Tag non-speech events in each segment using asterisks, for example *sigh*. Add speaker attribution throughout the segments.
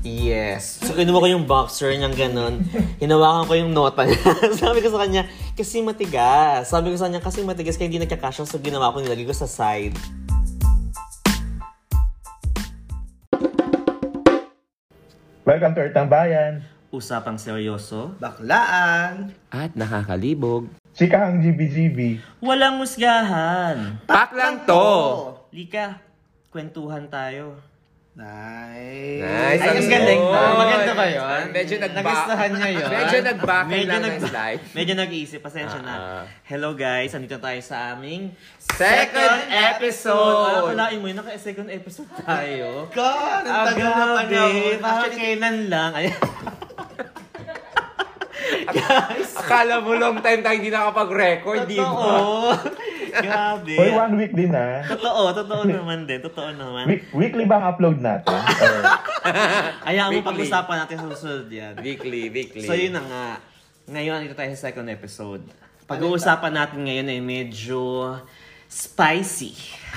Speaker 1: Yes.
Speaker 2: So, kinuha ko yung boxer niyang ganun. Hinawakan ko yung nota niya. *laughs* Sabi ko sa kanya, kasi matigas. Sabi ko sa kanya, kasi matigas kaya hindi nagkakasya. So, ginawa ko, nilagay ko sa side.
Speaker 3: Welcome to Earthang Bayan.
Speaker 2: Usapang seryoso.
Speaker 1: Baklaan.
Speaker 4: At nakakalibog.
Speaker 3: Chikahang GBGB.
Speaker 2: Walang musgahan.
Speaker 4: Pak lang to!
Speaker 2: Lika, kwentuhan tayo.
Speaker 1: Nice. Ay,
Speaker 4: Nice. ang
Speaker 1: ang galing.
Speaker 4: good.
Speaker 1: Ah, Maganda ka yun.
Speaker 4: Medyo nagba-
Speaker 1: Nagustuhan niya yun.
Speaker 4: Medyo nagbakin
Speaker 2: Medyo
Speaker 4: lang
Speaker 2: nagba-
Speaker 4: ng slide.
Speaker 2: Medyo nag-iisip. Pasensya na.
Speaker 4: Ah, ah.
Speaker 2: Hello guys, andito tayo sa aming
Speaker 4: Second
Speaker 2: Alam ko
Speaker 4: episode!
Speaker 2: mo yun, naka-second episode
Speaker 4: *laughs*
Speaker 2: tayo.
Speaker 1: God, ang tagal na panahon.
Speaker 2: Agabi, parang
Speaker 1: Actually,
Speaker 2: kailan lang. *laughs* Ayan.
Speaker 4: Akala mo long time tayo hindi nakapag-record, di ba?
Speaker 2: Totoo. *laughs* Grabe.
Speaker 3: Hoy, one week din ha.
Speaker 2: Totoo, totoo naman din. Totoo naman.
Speaker 3: Week- weekly bang upload natin?
Speaker 1: *laughs*
Speaker 3: Or-
Speaker 2: Hayaan mo
Speaker 4: Weekly.
Speaker 2: pag-usapan natin sa susunod yan.
Speaker 4: Weekly, weekly.
Speaker 2: So yun na nga. Ngayon, andito tayo sa second episode. Pag-uusapan natin ngayon ay medyo spicy.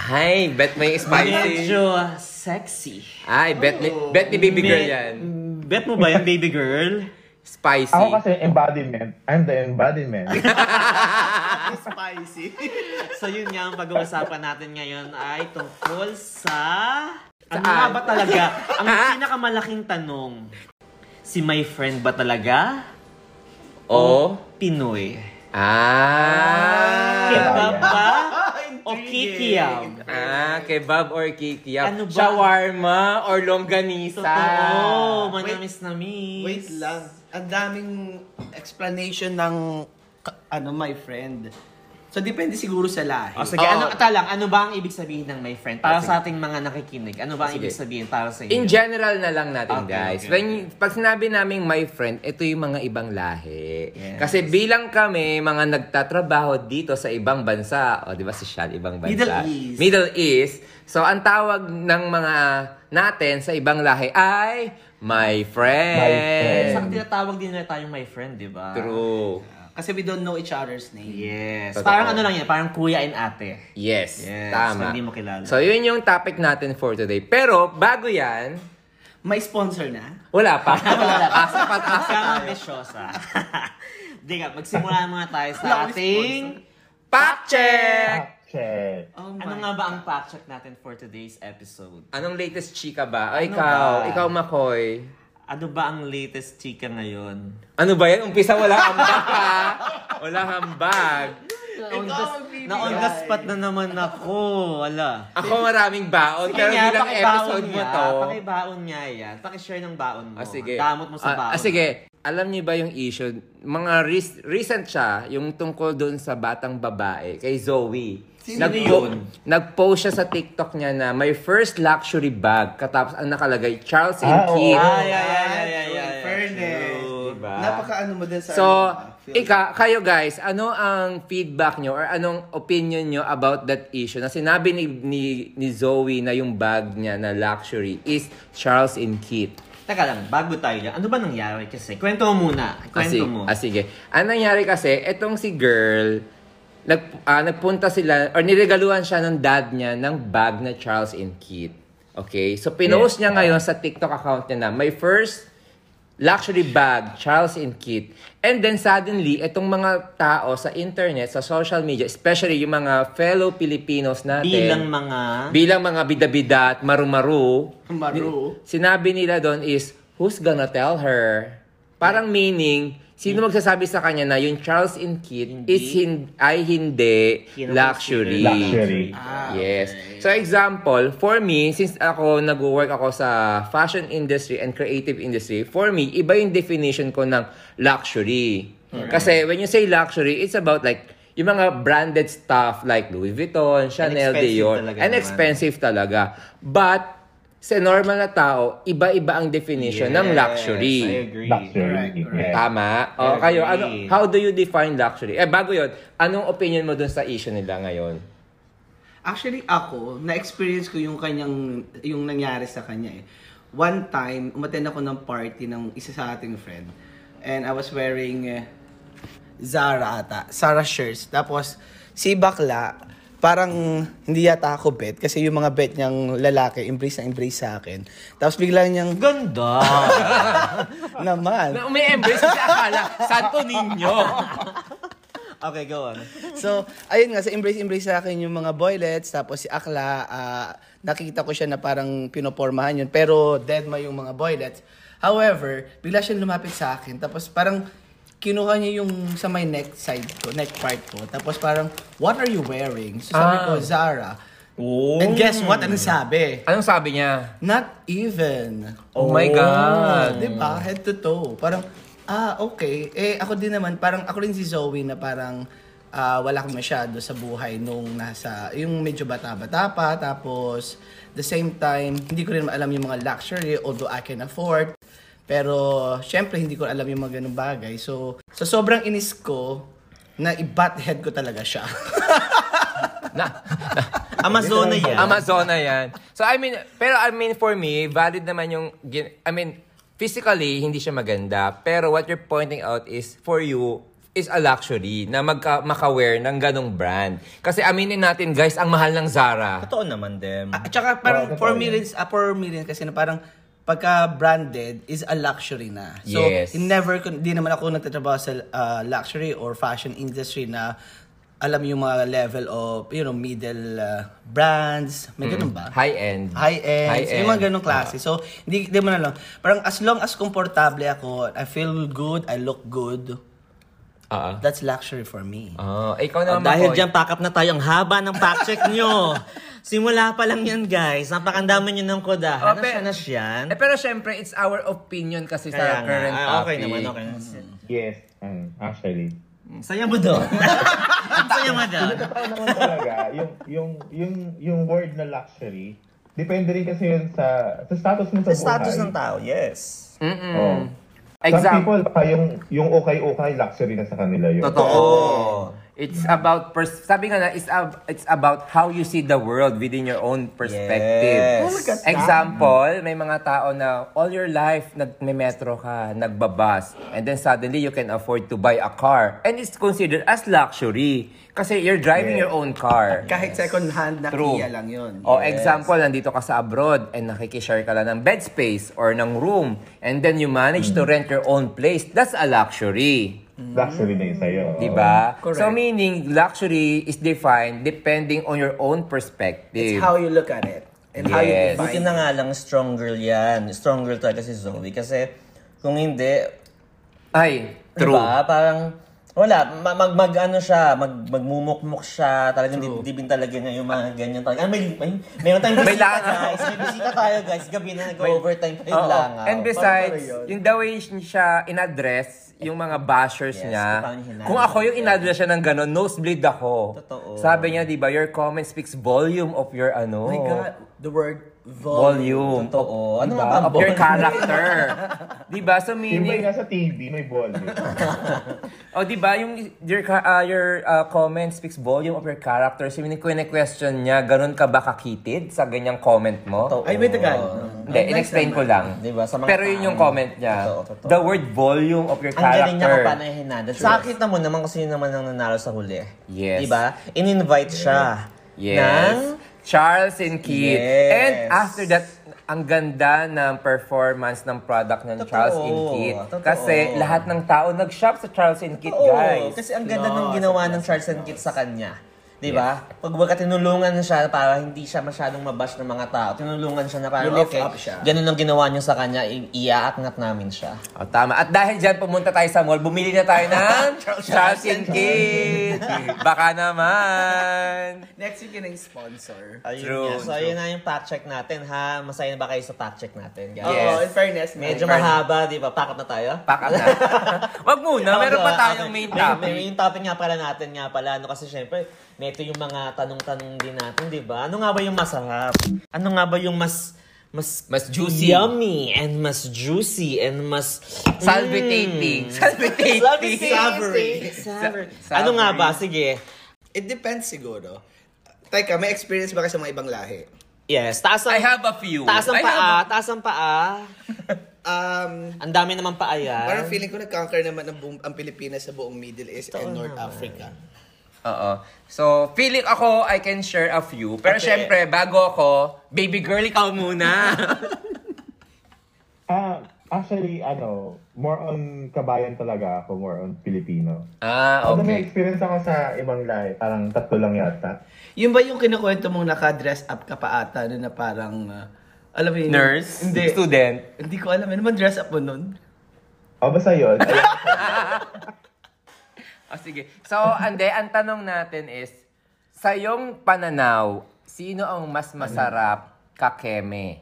Speaker 4: Ay, bet may spicy.
Speaker 2: Medyo sexy.
Speaker 4: Ay, bet ni, bet ni baby girl
Speaker 2: Me-
Speaker 4: yan.
Speaker 2: Bet mo ba yan, baby girl? *laughs*
Speaker 4: Spicy.
Speaker 3: Ako kasi embodiment. I'm the embodiment.
Speaker 1: *laughs* spicy.
Speaker 2: So yun nga ang pag-uusapan natin ngayon ay tungkol sa... Ano nga
Speaker 4: Saan?
Speaker 2: ba talaga? Ang
Speaker 1: Ah,
Speaker 2: pinakamalaking tanong, si my friend ba talaga?
Speaker 4: O?
Speaker 2: Pinoy.
Speaker 4: Ah.
Speaker 2: Kebab ba?
Speaker 1: Intriguing.
Speaker 2: o kikiam?
Speaker 4: Ah, kebab or kikiam?
Speaker 2: Ano ba?
Speaker 4: Shawarma or longganisa?
Speaker 2: Totoo,
Speaker 1: Wait.
Speaker 2: manamis na miss.
Speaker 1: Wait lang. Ang daming explanation ng ka- ano my friend. So depende siguro sa lahi.
Speaker 2: O sige,
Speaker 4: Oo.
Speaker 2: ano, talang, ano ba ang ibig sabihin ng my friend? Para
Speaker 4: Ah, Sige.
Speaker 2: sa
Speaker 4: Ah,
Speaker 2: ating mga nakikinig, ano ba ang
Speaker 4: Sige.
Speaker 2: ibig sabihin para sa
Speaker 4: In
Speaker 2: inyo?
Speaker 4: general na lang natin,
Speaker 2: Okay,
Speaker 4: guys.
Speaker 2: okay,
Speaker 4: When, Pag sinabi naming my friend, ito yung mga ibang lahi.
Speaker 2: Yes.
Speaker 4: Kasi bilang kami, mga nagtatrabaho dito sa ibang bansa, o di ba si Shal, ibang bansa?
Speaker 1: Middle East.
Speaker 4: Middle East. So, ang tawag ng mga natin sa ibang lahi ay my friend.
Speaker 2: Sa tinatawag din nila tayong my friend, di ba?
Speaker 4: True.
Speaker 1: Kasi we don't know each other's name.
Speaker 2: Yes.
Speaker 4: Totoo.
Speaker 2: Parang ano lang yan, parang kuya and ate.
Speaker 4: *laughs* Yes,
Speaker 2: Yes,
Speaker 4: tama.
Speaker 2: hindi mo kilala.
Speaker 4: So, yun yung topic natin for today. Pero, bago yan,
Speaker 1: May sponsor na?
Speaker 4: wala
Speaker 2: *laughs*
Speaker 4: pa. ah,
Speaker 2: Wala pa.
Speaker 4: Asa pa, asa
Speaker 2: Kaya nga
Speaker 4: tayo.
Speaker 2: ambisyosa. *laughs* Di ka, magsimula muna tayo
Speaker 1: Wala
Speaker 2: sa
Speaker 1: akong
Speaker 2: ating...
Speaker 4: Fact check!
Speaker 3: Okay.
Speaker 1: Oh
Speaker 2: Ano nga ba ang fact check natin for today's episode?
Speaker 4: Anong latest chika ba? Ay,
Speaker 2: Ano
Speaker 4: ikaw.
Speaker 2: ba?
Speaker 4: Ikaw, Makoy.
Speaker 2: Ano ba ang latest chika ngayon?
Speaker 4: Ano ba yan? Umpisa wala hambag ha? Wala hambag.
Speaker 2: Na-on the,
Speaker 1: Ikaw ang bibigay.
Speaker 2: na-on the spot na naman ako. Wala.
Speaker 4: Ako maraming baon,
Speaker 2: Sige
Speaker 4: pero
Speaker 2: nga,
Speaker 4: bilang
Speaker 2: pakibaon
Speaker 4: episode mo
Speaker 2: nga,
Speaker 4: to.
Speaker 2: Pakibaon nga yan. Pakishare ng baon mo.
Speaker 4: Ah, sige.
Speaker 2: Damot mo sa
Speaker 4: Ah,
Speaker 2: baon.
Speaker 4: ah, sige. Alam niyo ba yung issue? Mga res- recent siya, yung tungkol doon sa batang babae, kay Zoe.
Speaker 1: Sino
Speaker 2: yun?
Speaker 4: Nag-post siya sa TikTok niya na my first luxury bag. Katapos ang nakalagay, Charles and
Speaker 3: Ah, oo.
Speaker 4: Keith.
Speaker 2: Ay, ay, ay, ay, ay, ay, ay.
Speaker 1: Fairness.
Speaker 2: True.
Speaker 4: Diba?
Speaker 1: Napaka ano mo din sa
Speaker 4: So,
Speaker 1: ano, feel.
Speaker 4: ika, kayo guys, ano ang feedback nyo or anong opinion nyo about that issue na sinabi ni, ni, ni Zoe na yung bag niya na luxury is Charles and Keith?
Speaker 2: Teka lang, bago tayo dyan, ano ba nangyari kasi? Kwento mo muna.
Speaker 4: Kasi,
Speaker 2: Kwento mo.
Speaker 4: ah, sige. Ang nangyari kasi, etong si girl, nag, ah, nagpunta sila, or niregaluhan siya ng dad niya ng bag na Charles and Keith. Okay? So, pinost niya ngayon sa TikTok account niya na, my first luxury bag, Charles and Keith. And then suddenly, itong mga tao sa internet, sa social media, especially yung mga fellow Filipinos natin,
Speaker 2: Bilang mga...
Speaker 4: bilang mga bidabida at marumaru,
Speaker 1: Maru.
Speaker 4: ni- sinabi nila doon is, who's gonna tell her? Parang meaning, sino magsasabi sa kanya na yung Charles and Kit is hin- ay hindi
Speaker 2: Kino-
Speaker 4: luxury.
Speaker 3: Luxury.
Speaker 2: Ah,
Speaker 4: yes. So example, for me, since ako nag-work ako sa fashion industry and creative industry, for me, iba yung definition ko ng luxury. Kasi when you say luxury, it's about like yung mga branded stuff like Louis Vuitton,
Speaker 2: expensive
Speaker 4: Chanel, Dior,
Speaker 2: talaga
Speaker 4: and
Speaker 2: naman.
Speaker 4: expensive talaga. But sa normal na tao, iba-iba ang definition ng
Speaker 2: Yes,
Speaker 4: luxury.
Speaker 2: I agree.
Speaker 3: Luxury.
Speaker 1: Correct, correct.
Speaker 3: Yeah.
Speaker 4: Tama? O
Speaker 2: I
Speaker 4: kayo,
Speaker 2: agree.
Speaker 4: ano, how do you define luxury? Eh, bago yun, anong opinion mo dun sa issue nila ngayon?
Speaker 1: Actually, ako, na-experience ko yung kanyang, yung nangyari sa kanya eh. One time, umaten ako ng party ng isa sa ating friend. And I was wearing eh, Zara ata, Zara shirts. Tapos, si Bakla, parang hindi yata ako bet kasi yung mga bet niyang lalaki, embrace na embrace sa akin. Tapos bigla niyang,
Speaker 2: *laughs* Ganda!
Speaker 1: naman.
Speaker 4: Na umi-embrace kasi akala, Santo Niño.
Speaker 2: *laughs* okay, go on.
Speaker 1: So, ayun nga, sa embrace-embrace sa akin yung mga boylets, tapos si Akla, ah, nakita ko siya na parang pinopormahan yun, pero deadma yung mga boylets. However, bigla siya lumapit sa akin, tapos parang kinuha niya yung sa my neck side ko, neck part ko, tapos parang, what are you wearing? So sabi ko, Zara. And guess what? Ano sabi?
Speaker 4: Anong sabi niya?
Speaker 1: Not even.
Speaker 4: Oh, my God.
Speaker 1: Di ba? Head to toe. Parang, ah, okay. Eh, ako din naman, parang ako rin si Zoe na parang ah, wala akong masyado sa buhay nung nasa, yung medyo bata-bata pa. Tapos, the same time, hindi ko rin alam yung mga luxury, although I can afford. Pero, syempre, hindi ko alam yung mga ganung bagay. So, sa sobrang inis ko, na i-butt head ko talaga siya. *laughs*
Speaker 2: Amazona yan.
Speaker 4: Amazona yan. So I mean, pero I mean for me, valid naman yung, gin- I mean, physically, hindi siya maganda. Pero what you're pointing out is, for you, is a luxury na magka, maka-wear ng ganong brand. Kasi aminin natin guys, ang mahal ng Zara.
Speaker 2: Totoo naman, Dem.
Speaker 4: Mm.
Speaker 1: At saka
Speaker 3: Oo,
Speaker 1: parang for
Speaker 3: totoo
Speaker 1: me
Speaker 3: yan.
Speaker 1: rin, ah, for me rin kasi na parang pagka branded is a luxury na. So,
Speaker 4: Yes.
Speaker 1: never, kun- di naman ako nagtatrabaho sa ah, luxury or fashion industry na alam yung mga level of, you know, middle ah, brands. May ganun ba? High-end.
Speaker 4: High-end. Mm. High-end. Ah.
Speaker 1: Yung mga ganong klase. So, hindi, di mo na lang. Parang as long as komportable ako, I feel good, I look good,
Speaker 4: Oo.
Speaker 1: that's luxury for me.
Speaker 4: Oh, ikaw
Speaker 2: Oh,
Speaker 4: naman,
Speaker 2: dahil
Speaker 4: Makoy.
Speaker 2: dyan, pack up na tayo. Ang haba ng pack check *laughs* nyo. Simula pa lang yan, guys. Napakandami nyo ng kodahan. Ano
Speaker 4: Oh,
Speaker 2: Nasya
Speaker 4: pe-
Speaker 2: na siyan.
Speaker 4: Eh, pero syempre, it's our opinion kasi
Speaker 2: Kaya
Speaker 4: sa
Speaker 2: nga.
Speaker 4: current
Speaker 2: Ah,
Speaker 4: topic.
Speaker 2: okay naman, okay.
Speaker 3: Yes. Mm, actually.
Speaker 2: Saya mo doon. *laughs* Ang Saya mo doon.
Speaker 3: Totoo naman talaga, *laughs* yung, yung, yung, yung word na luxury, depende rin kasi yun sa, sa status mo sa,
Speaker 2: Sa status
Speaker 3: buhay.
Speaker 2: ng tao, yes.
Speaker 4: Mm-mm.
Speaker 3: Oo. Some
Speaker 4: Example.
Speaker 3: people, baka yung, yung okay-okay, luxury na sa kanila yun.
Speaker 4: Totoo. *laughs* It's about pers- sabi nga na it's ab- it's about how you see the world within your own perspective.
Speaker 2: Yes. Oh, look at
Speaker 4: Example, may mga tao na all your life nagme-metro ka, nagbabas, and then suddenly you can afford to buy a car and it's considered as luxury kasi you're driving
Speaker 3: Yes.
Speaker 4: your own car.
Speaker 1: Kahit second hand na
Speaker 4: True. Oh,
Speaker 1: Kia lang yun.
Speaker 4: O example, nandito ka sa abroad and nakikishare ka lang ng bed space or ng room and then you manage to rent your own place. That's a luxury.
Speaker 3: Luxury na yun sa'yo.
Speaker 4: Diba?
Speaker 1: Correct.
Speaker 4: So meaning, luxury is defined depending on your own
Speaker 1: It's
Speaker 4: perspective.
Speaker 1: how you look at it. And how you
Speaker 4: Yes.
Speaker 1: define
Speaker 2: Buti na nga lang strong girl yan. Strong girl talaga si Zoe. Kasi kung hindi,
Speaker 4: Ay, true.
Speaker 2: diba, parang wala, ma- mag, mag ano siya, mag, magmumukmuk siya, talagang dibdibin talaga niya yung mga ganyan talaga. Ah, may, may, meron tayong
Speaker 4: May
Speaker 2: bisita
Speaker 4: langaw.
Speaker 2: guys, may bisita tayo guys, gabi na nag-overtime pa yung
Speaker 4: Oo.
Speaker 2: langaw.
Speaker 4: And besides, yung the way siya in-address, yung mga bashers
Speaker 2: Yes,
Speaker 4: niya,
Speaker 2: kung paano niya hinanap.
Speaker 4: kung ako yung in-address siya ng gano'n, nosebleed ako.
Speaker 2: Totoo.
Speaker 4: Sabi niya, di ba, your comment speaks volume of your
Speaker 1: Oh
Speaker 4: ano.
Speaker 1: my God, the word
Speaker 4: Volume.
Speaker 2: Totoo. Ano
Speaker 4: Diba?
Speaker 2: nga ba?
Speaker 4: Of your
Speaker 2: *laughs*
Speaker 4: character. di ba? So
Speaker 3: Timbre
Speaker 4: meaning,
Speaker 3: nga sa TV, may volume.
Speaker 4: O, Oh, di ba? Yung your, ka- ah, your ah, comment speaks volume of your character. So, yun yung question niya, ganun ka ba kakitid sa ganyang comment mo?
Speaker 2: Totoo.
Speaker 1: Ay, may Tagalog.
Speaker 4: Hindi, in-explain ko lang.
Speaker 2: Di ba? Sa mga
Speaker 4: Pero yun yung
Speaker 2: tao.
Speaker 4: comment niya.
Speaker 2: Totoo, totoo.
Speaker 4: The word volume of your
Speaker 2: Ang galing niya
Speaker 4: character.
Speaker 2: kung paano niya hinadal. Sa akin naman naman kasi yun naman ang nanalo sa huli. Di
Speaker 4: Yes.
Speaker 2: ba? In-invite siya.
Speaker 4: yes.
Speaker 2: Ng
Speaker 4: Charles and Keith.
Speaker 2: Yes.
Speaker 4: And after that, ang ganda ng performance ng product ng
Speaker 2: Totoo.
Speaker 4: Charles and Keith.
Speaker 2: Totoo.
Speaker 4: Kasi lahat ng tao nag-shop sa Charles and Keith,
Speaker 2: Oo,
Speaker 4: guys.
Speaker 2: kasi ang ganda ng ginawa ng Charles and Kit sa kanya. Di ba? Pag baga tinulungan siya para hindi siya masyadong mabash ng mga tao, tinulungan siya na parang,
Speaker 1: Lift
Speaker 2: okay,
Speaker 1: up siya."
Speaker 2: ganun ang ginawa niyo sa kanya, i- iaaknat namin siya.
Speaker 4: O, Oh, tama. At dahil dyan, pumunta tayo sa mall. Bumili na tayo
Speaker 2: *laughs*
Speaker 4: ng Charles and Keith. Baka naman.
Speaker 1: Next week yun ang sponsor.
Speaker 2: Ayun
Speaker 4: True,
Speaker 2: nga. So, ayun na yung fact check natin, ha? Masaya na ba kayo sa fact check natin, guys?
Speaker 1: Oo, in
Speaker 4: Yes.
Speaker 1: fairness.
Speaker 2: Medyo
Speaker 1: Medyo
Speaker 4: Fair.
Speaker 2: mahaba, di ba? Pack up na tayo?
Speaker 4: Pack up
Speaker 2: *laughs*
Speaker 4: na. Wag muna. Ah, Meron pa
Speaker 2: Okay, okay.
Speaker 4: tayong main
Speaker 2: May- May
Speaker 4: topic.
Speaker 2: main topic nga pala natin nga pala. Ano kasi syempre, neto yung mga tanong-tanong din natin, di ba? Ano nga ba yung masarap? Ano nga ba yung mas mas
Speaker 4: Mas juicy.
Speaker 2: yummy and mas juicy and mas
Speaker 4: Salvitating. Salvitating.
Speaker 2: Hmm. Salvitating.
Speaker 1: Savory.
Speaker 2: Savory.
Speaker 4: Sa-
Speaker 2: Ano nga ba?
Speaker 4: savory.
Speaker 2: Sige.
Speaker 1: It depends siguro. Teka, may experience ba kayo sa mga ibang lahi?
Speaker 2: Yes, taas ang,
Speaker 4: I have a few.
Speaker 2: taas ang
Speaker 4: I have
Speaker 2: paa,
Speaker 4: a-
Speaker 2: taas ang paa.
Speaker 1: Um,
Speaker 2: Ang dami naman paa yan.
Speaker 1: parang feeling ko nag-conquer naman ang, buong, ang Pilipinas sa buong Middle East and North Africa.
Speaker 4: Oo. So, feeling ako, I can share a few. Pero
Speaker 2: Okay.
Speaker 4: syempre, bago ako, baby girl, ikaw
Speaker 2: *laughs*
Speaker 4: muna.
Speaker 3: Ah, actually, ano, more on kabayan talaga ako, more on Filipino.
Speaker 4: ah,
Speaker 3: Although may
Speaker 4: okay.
Speaker 3: experience ako sa ibang lahi, parang tatlo lang yata.
Speaker 1: Yun ba yung kinukwento mong naka-dress up ka pa ata na, na parang, ah, alam mo yun?
Speaker 4: Nurse?
Speaker 1: Hindi.
Speaker 4: Student?
Speaker 1: Hindi ko alam. Ano man dress up mo nun?
Speaker 3: O, basta yun.
Speaker 4: *laughs*
Speaker 3: Ayun.
Speaker 4: Ah, sige. So, ande, ang tanong natin is, sa iyong pananaw, sino ang mas masarap kakeme?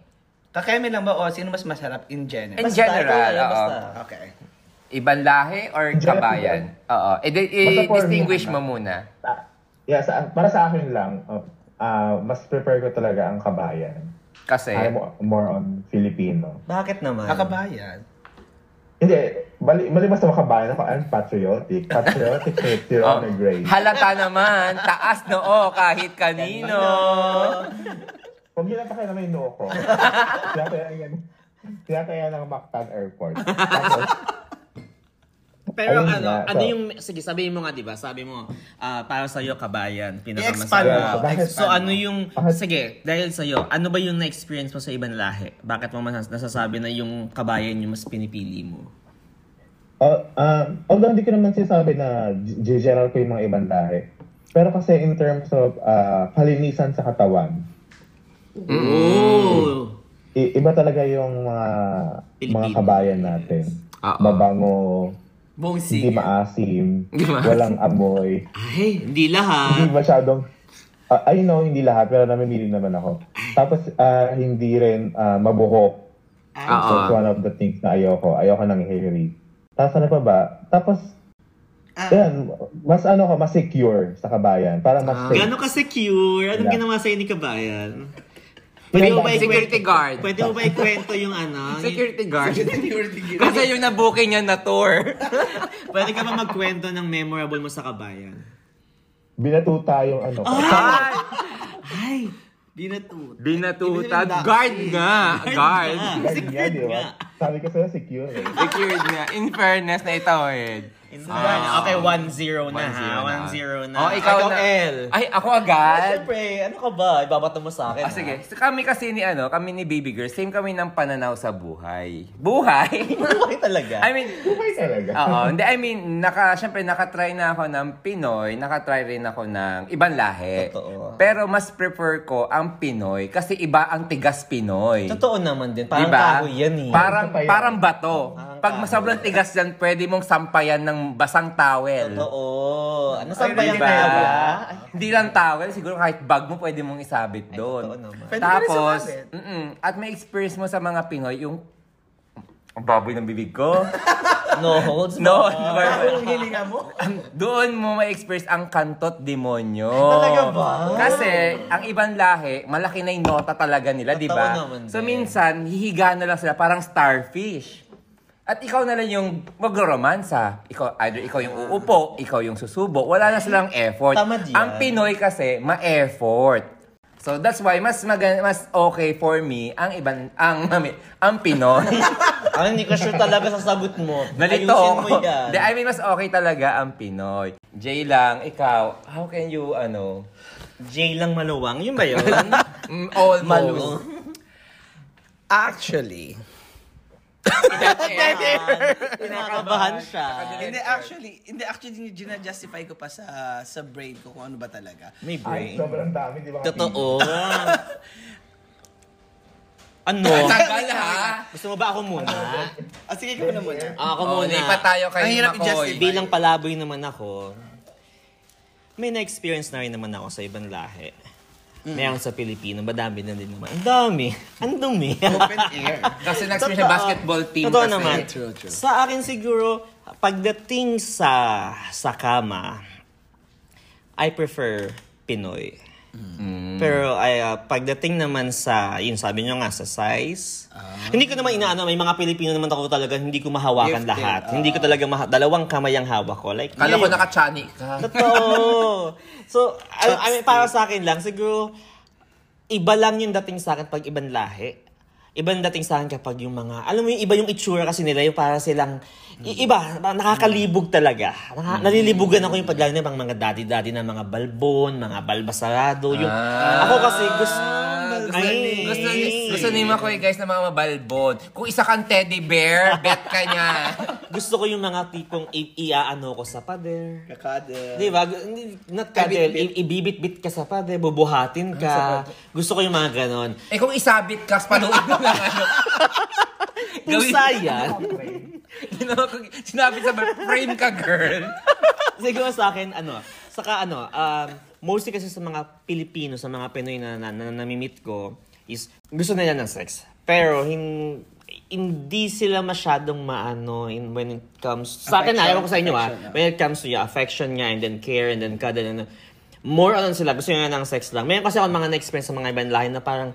Speaker 1: Kakeme lang ba o oh, sino mas masarap in general?
Speaker 4: In general,
Speaker 1: ikaw,
Speaker 4: oo.
Speaker 1: basta. Okay.
Speaker 4: Ibang lahi or kabayan? Oo. I-
Speaker 3: Basta for me,
Speaker 4: distinguish
Speaker 3: ano?
Speaker 4: mo muna.
Speaker 3: Ah, yeah, sa, para sa akin lang, oh, ah, mas prefer ko talaga ang kabayan.
Speaker 4: Kasi, oh,
Speaker 3: I'm mo- more on Filipino.
Speaker 5: Bakit naman?
Speaker 1: Kakabayan.
Speaker 3: Hindi, mali, mali mas na makabayan ako, I'm patriotic.
Speaker 4: *laughs*
Speaker 3: Patriotic with your
Speaker 4: oh,
Speaker 3: honor grade.
Speaker 4: halata naman, taas noo kahit kanino.
Speaker 3: Huwag nyo lang pa kayo na may noo
Speaker 4: *laughs*
Speaker 3: ko. Kaya kaya yan. Kaya kaya ng Mactan Airport. Tapos,
Speaker 2: Pero
Speaker 3: Ayun
Speaker 2: ano,
Speaker 3: nga,
Speaker 2: ano
Speaker 3: so-
Speaker 2: yung, sige, sabihin mo nga, di ba? Sabi mo, ah, para sa'yo, kabayan,
Speaker 1: I-expand
Speaker 3: mo.
Speaker 2: pinakamasarap.
Speaker 3: Bakit?
Speaker 2: So, ano yung,
Speaker 3: Bakit?
Speaker 2: sige, dahil sa'yo, ano ba yung na-experience mo sa ibang lahi? Bakit mo mas- nasasabi na yung kabayan yung mas pinipili mo?
Speaker 3: Uh, um, although hindi ko naman sinasabi na g- general ko yung mga ibang lahi. Pero kasi in terms of ah, kalinisan sa katawan,
Speaker 2: Oh!
Speaker 3: i- iba talaga yung mga, mga
Speaker 2: Pilipino.
Speaker 3: kabayan natin.
Speaker 4: Ah, Oo.
Speaker 3: Mabango,
Speaker 5: Buong
Speaker 3: hindi
Speaker 5: sige.
Speaker 3: maasim,
Speaker 4: Hindi maasim.
Speaker 3: walang amoy,
Speaker 2: Ay, hindi
Speaker 3: hindi
Speaker 2: lahat.
Speaker 3: masyadong... ah, I know, hindi lahat, pero namimili naman ako. Tapos, ah, hindi rin ah, mabuhok.
Speaker 4: Oo.
Speaker 3: That's one of the things na ayoko. Ayoko ng hairy. Tapos ano pa ba? Tapos, yan, mas ano ka, mas secure sa kabayan. Para mas safe.
Speaker 2: Gano'n ka secure? Anong
Speaker 3: Wala.
Speaker 2: ginawa sa'yo ni kabayan?
Speaker 3: Yan
Speaker 2: mo
Speaker 3: lang.
Speaker 2: ikwento-
Speaker 4: Security guard.
Speaker 2: Pwede mo ba ikwento yung *laughs* ano?
Speaker 4: Security guard.
Speaker 5: *laughs* Security guard.
Speaker 4: Kasi yung nabuking niya na tour.
Speaker 2: Pwede ka ba magkwento ng memorable mo sa kabayan?
Speaker 3: Binatuta yung ano. ko.
Speaker 4: Ay,
Speaker 2: Ay! Binatuto.
Speaker 4: binatuta. Guard nga. Guard.
Speaker 3: Ganyan, di ba? Sabi ko sa'yo, secure. Eh.
Speaker 4: Secured nga. In fairness, naitawid.
Speaker 2: okay, 1-0 Ah. na ha. 1-0 na.
Speaker 4: Oh, ikaw, na.
Speaker 2: L.
Speaker 4: Ay, ako agad.
Speaker 2: Siyempre, ano ka ba? Ibabato mo sa akin.
Speaker 4: Ah, sige. So, kami kasi ni ano, kami ni Baby Girl, same kami ng pananaw sa
Speaker 2: *laughs*
Speaker 4: buhay. Buhay?
Speaker 2: Buhay Ano talaga.
Speaker 4: I mean,
Speaker 3: Buhay talaga.
Speaker 4: oo. Hindi, I mean, naka, syempre, nakatry na ako ng Pinoy, nakatry rin ako ng ibang lahi.
Speaker 2: Totoo.
Speaker 4: Pero mas prefer ko ang Pinoy kasi iba ang tigas Pinoy.
Speaker 2: Totoo naman din. Parang
Speaker 4: Diba?
Speaker 2: kahoy yan eh.
Speaker 4: Parang,
Speaker 3: Kahoy.
Speaker 4: parang bato.
Speaker 2: Parang
Speaker 4: Pag
Speaker 2: kahoy.
Speaker 4: masablong tigas yan, pwede mong sampayan ng basang towel.
Speaker 2: Totoo. Ano sa
Speaker 4: Diba?
Speaker 2: bayan kaya ba?
Speaker 4: Hindi lang towel, siguro kahit bag mo pwede mong isabit
Speaker 2: totoo
Speaker 4: doon.
Speaker 2: naman.
Speaker 1: Pwede ka rin
Speaker 4: Tapos,
Speaker 1: sumabit.
Speaker 4: mm-mm, at may experience mo sa mga Pinoy yung ang baboy ng bibig ko.
Speaker 2: *laughs* No holds
Speaker 4: no,
Speaker 2: barred.
Speaker 1: Ang hilinga mo?
Speaker 4: doon mo may experience ang kantot demonyo.
Speaker 2: Talaga ba?
Speaker 4: Kasi ang ibang lahi, malaki na yung nota talaga nila, di ba?
Speaker 2: naman
Speaker 4: So
Speaker 2: din.
Speaker 4: minsan, hihiga na lang sila parang starfish. At ikaw na lang yung magromansa. Ikaw, either ikaw yung uupo, ikaw yung susubo. Wala na silang effort.
Speaker 2: Tamad yan.
Speaker 4: Ang Pinoy kasi, ma-effort. So that's why mas maga- mas okay for me ang ibang ang *laughs* ang
Speaker 2: *laughs*
Speaker 4: Pinoy.
Speaker 2: Ang hindi ko sure talaga sa sagot mo.
Speaker 4: Nalito
Speaker 2: Ayusin
Speaker 4: ako.
Speaker 2: mo yan.
Speaker 4: Hindi, I mean, mas okay talaga ang Pinoy. Jay lang, ikaw, how can you, ano,
Speaker 2: J lang maluwang. Yun ba yun?
Speaker 4: mm, almost.
Speaker 2: *laughs* Malu.
Speaker 1: Actually.
Speaker 2: Kinakabahan siya.
Speaker 1: Hindi actually, hindi actually gina-justify ko pa sa sa brain ko kung ano ba talaga.
Speaker 2: May
Speaker 3: Ay,
Speaker 2: brain.
Speaker 3: sobrang dami, di ba?
Speaker 2: Totoo. *laughs* ano?
Speaker 4: Tagal ha?
Speaker 2: Gusto mo ba ako muna?
Speaker 1: Ah, sige, ikaw na muna.
Speaker 2: Ako
Speaker 4: Oh,
Speaker 2: muna.
Speaker 4: lipat tayo kay
Speaker 1: Ang hirap
Speaker 4: Makoy.
Speaker 1: i-justify.
Speaker 2: Bilang palaboy naman ako, may na-experience na rin naman ako sa ibang lahi.
Speaker 4: Mm.
Speaker 2: Meron sa Pilipino, madami na din naman. Ang dami. Ang dumi.
Speaker 1: Open air.
Speaker 4: Kasi nag-experience sa
Speaker 2: Totoo.
Speaker 4: basketball team.
Speaker 2: Totoo
Speaker 4: kasi.
Speaker 2: naman.
Speaker 1: True, true.
Speaker 2: Sa akin siguro, pagdating sa sa kama, I prefer Pinoy.
Speaker 4: Mm.
Speaker 2: Pero ay, ah, pagdating naman sa, yun sabi nyo nga, sa size. Hindi ko naman inaano, may mga Pilipino naman ako talaga, hindi ko mahawakan
Speaker 4: Ah. Gifted, Ah.
Speaker 2: lahat. Hindi ko talaga, maha- dalawang kamay ang hawak ko. Like,
Speaker 4: Kala ko
Speaker 2: yun.
Speaker 4: nakachani ka.
Speaker 2: Totoo. so, I, I mean, para sa akin lang, siguro, iba lang yung dating sa akin pag ibang lahi. Ibang dating sa akin kapag yung mga, alam mo yung iba yung itsura kasi nila, yung para silang, i- iba, na- nakakalibog talaga. Naka, Nalilibugan ako yung paglalo ng mga daddy-daddy na mga balbon, mga balbasarado. Yung, ako kasi gusto,
Speaker 4: Ah, gusto,
Speaker 2: Ay.
Speaker 4: gusto, gusto ni Makoy guys na mga mabalbon. Kung isa kang teddy bear, bet ka niya.
Speaker 2: gusto ko yung mga tipong i- iaano ko sa pader.
Speaker 1: Kakada.
Speaker 2: Di ba? Hindi- Not cuddle. I- ibibit-bit ka sa pade, bubuhatin ka. Gusto ko yung mga ganon.
Speaker 4: eh kung isabit ka, panuod mo lang ano.
Speaker 2: *laughs* Pusa *laughs* yan.
Speaker 4: *laughs* Ginawa ko- Sinabi sa bar, frame ka girl.
Speaker 2: *laughs* Siguro sa akin, ano, saka ano, um, mostly kasi sa mga Pilipino, sa mga Pinoy na, na, na, namimit ko, is gusto nila ng sex. Pero hin, hindi sila masyadong maano in when it comes sa akin
Speaker 1: Affection,
Speaker 2: ayaw ko sa inyo ah
Speaker 1: affection, ah.
Speaker 2: when it comes to yeah, affection nga and then care and then cuddle and then, more on sila gusto nila ng sex lang meron kasi ako mga na-experience sa mga ibang lahi na parang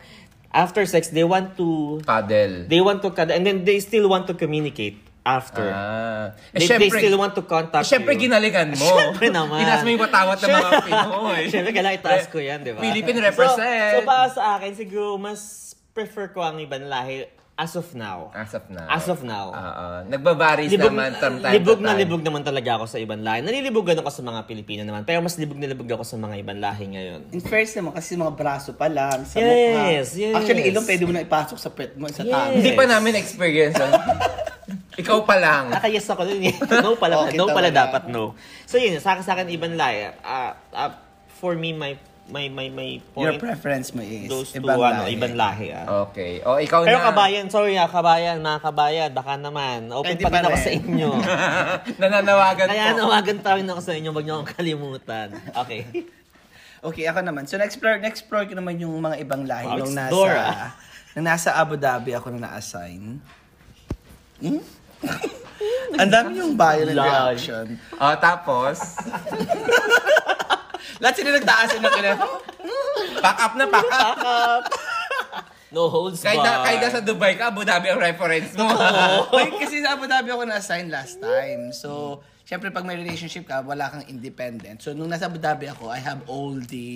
Speaker 2: after sex they want to
Speaker 4: Paddle.
Speaker 2: they want to cuddle and then they still want to communicate after
Speaker 4: Ah. Eh,
Speaker 2: They,
Speaker 4: syempre-
Speaker 2: they still want to contact
Speaker 4: eh, syempre,
Speaker 2: you.
Speaker 4: ginalikan mo.
Speaker 2: Syempre naman.
Speaker 4: Tinaas mo yung watawat ng mga Pinoy.
Speaker 2: Siyempre, kailangan itaas ko yan, di ba?
Speaker 4: Philippine represent.
Speaker 2: So, so, para sa akin, siguro, mas prefer ko ang ibang lahi as of now.
Speaker 4: As of now.
Speaker 2: As of now.
Speaker 4: Oo. Nagbabaris Ah. naman from time
Speaker 2: libog
Speaker 4: to
Speaker 2: na
Speaker 4: time.
Speaker 2: libog naman talaga ako sa ibang lahi. Nalilibugan ako sa mga Pilipino naman, pero mas libog na libog ako sa mga ibang lahi ngayon.
Speaker 1: In first naman, kasi mga braso pa lang, sa
Speaker 2: Yes,
Speaker 1: mukha.
Speaker 2: yes.
Speaker 1: Actually, ilong pwede mo na ipasok sa pet mo, sa
Speaker 2: Yes.
Speaker 1: tama.
Speaker 4: Hindi pa namin experience.
Speaker 2: *laughs*
Speaker 4: yun. Ikaw pa lang.
Speaker 2: Nakayes ako dun eh. *laughs* No pala,
Speaker 1: Okay,
Speaker 2: no pala
Speaker 1: tama na.
Speaker 2: dapat no. So yun, sa akin, sa akin ibang lahi. Ah, ah, for me, my my my my
Speaker 1: Your
Speaker 2: point
Speaker 1: preference mo is
Speaker 2: those two
Speaker 1: ibang
Speaker 2: ano,
Speaker 1: lahi.
Speaker 2: ibang lahi ah.
Speaker 4: Okay. O, ikaw
Speaker 2: Pero
Speaker 4: na.
Speaker 2: kabayan, sorry ah, kabayan, mga kabayan, baka naman. Open pa
Speaker 1: Pwede
Speaker 2: rin
Speaker 1: pa
Speaker 2: ako
Speaker 1: rin.
Speaker 2: sa *laughs* inyo.
Speaker 4: *laughs* Nananawagan
Speaker 2: Kaya
Speaker 4: po.
Speaker 2: nawagan pa rin ako sa inyo, wag niyo akong kalimutan. Okay.
Speaker 1: Okay, ako naman. So, na-explore, na-explore ko naman yung mga ibang
Speaker 2: Wow,
Speaker 1: lahi nung nasa,
Speaker 2: explore, ah.
Speaker 1: nung nasa Abu Dhabi ako na na-assign. Hmm? *laughs* Ang dami yung violent
Speaker 2: Lord.
Speaker 1: reaction.
Speaker 4: O, tapos. Lahat sila nagtaasin na kina.
Speaker 2: *laughs*
Speaker 4: Pack up na, pack up.
Speaker 2: No holds
Speaker 4: Kahit na,
Speaker 2: barred.
Speaker 4: kahit na sa Dubai ka, Abu Dhabi ang reference mo.
Speaker 1: *laughs* Wait, kasi sa Abu Dhabi ako na-assign last time. So, syempre pag may relationship ka, wala kang independent. So, nung nasa Abu Dhabi ako, I have all the,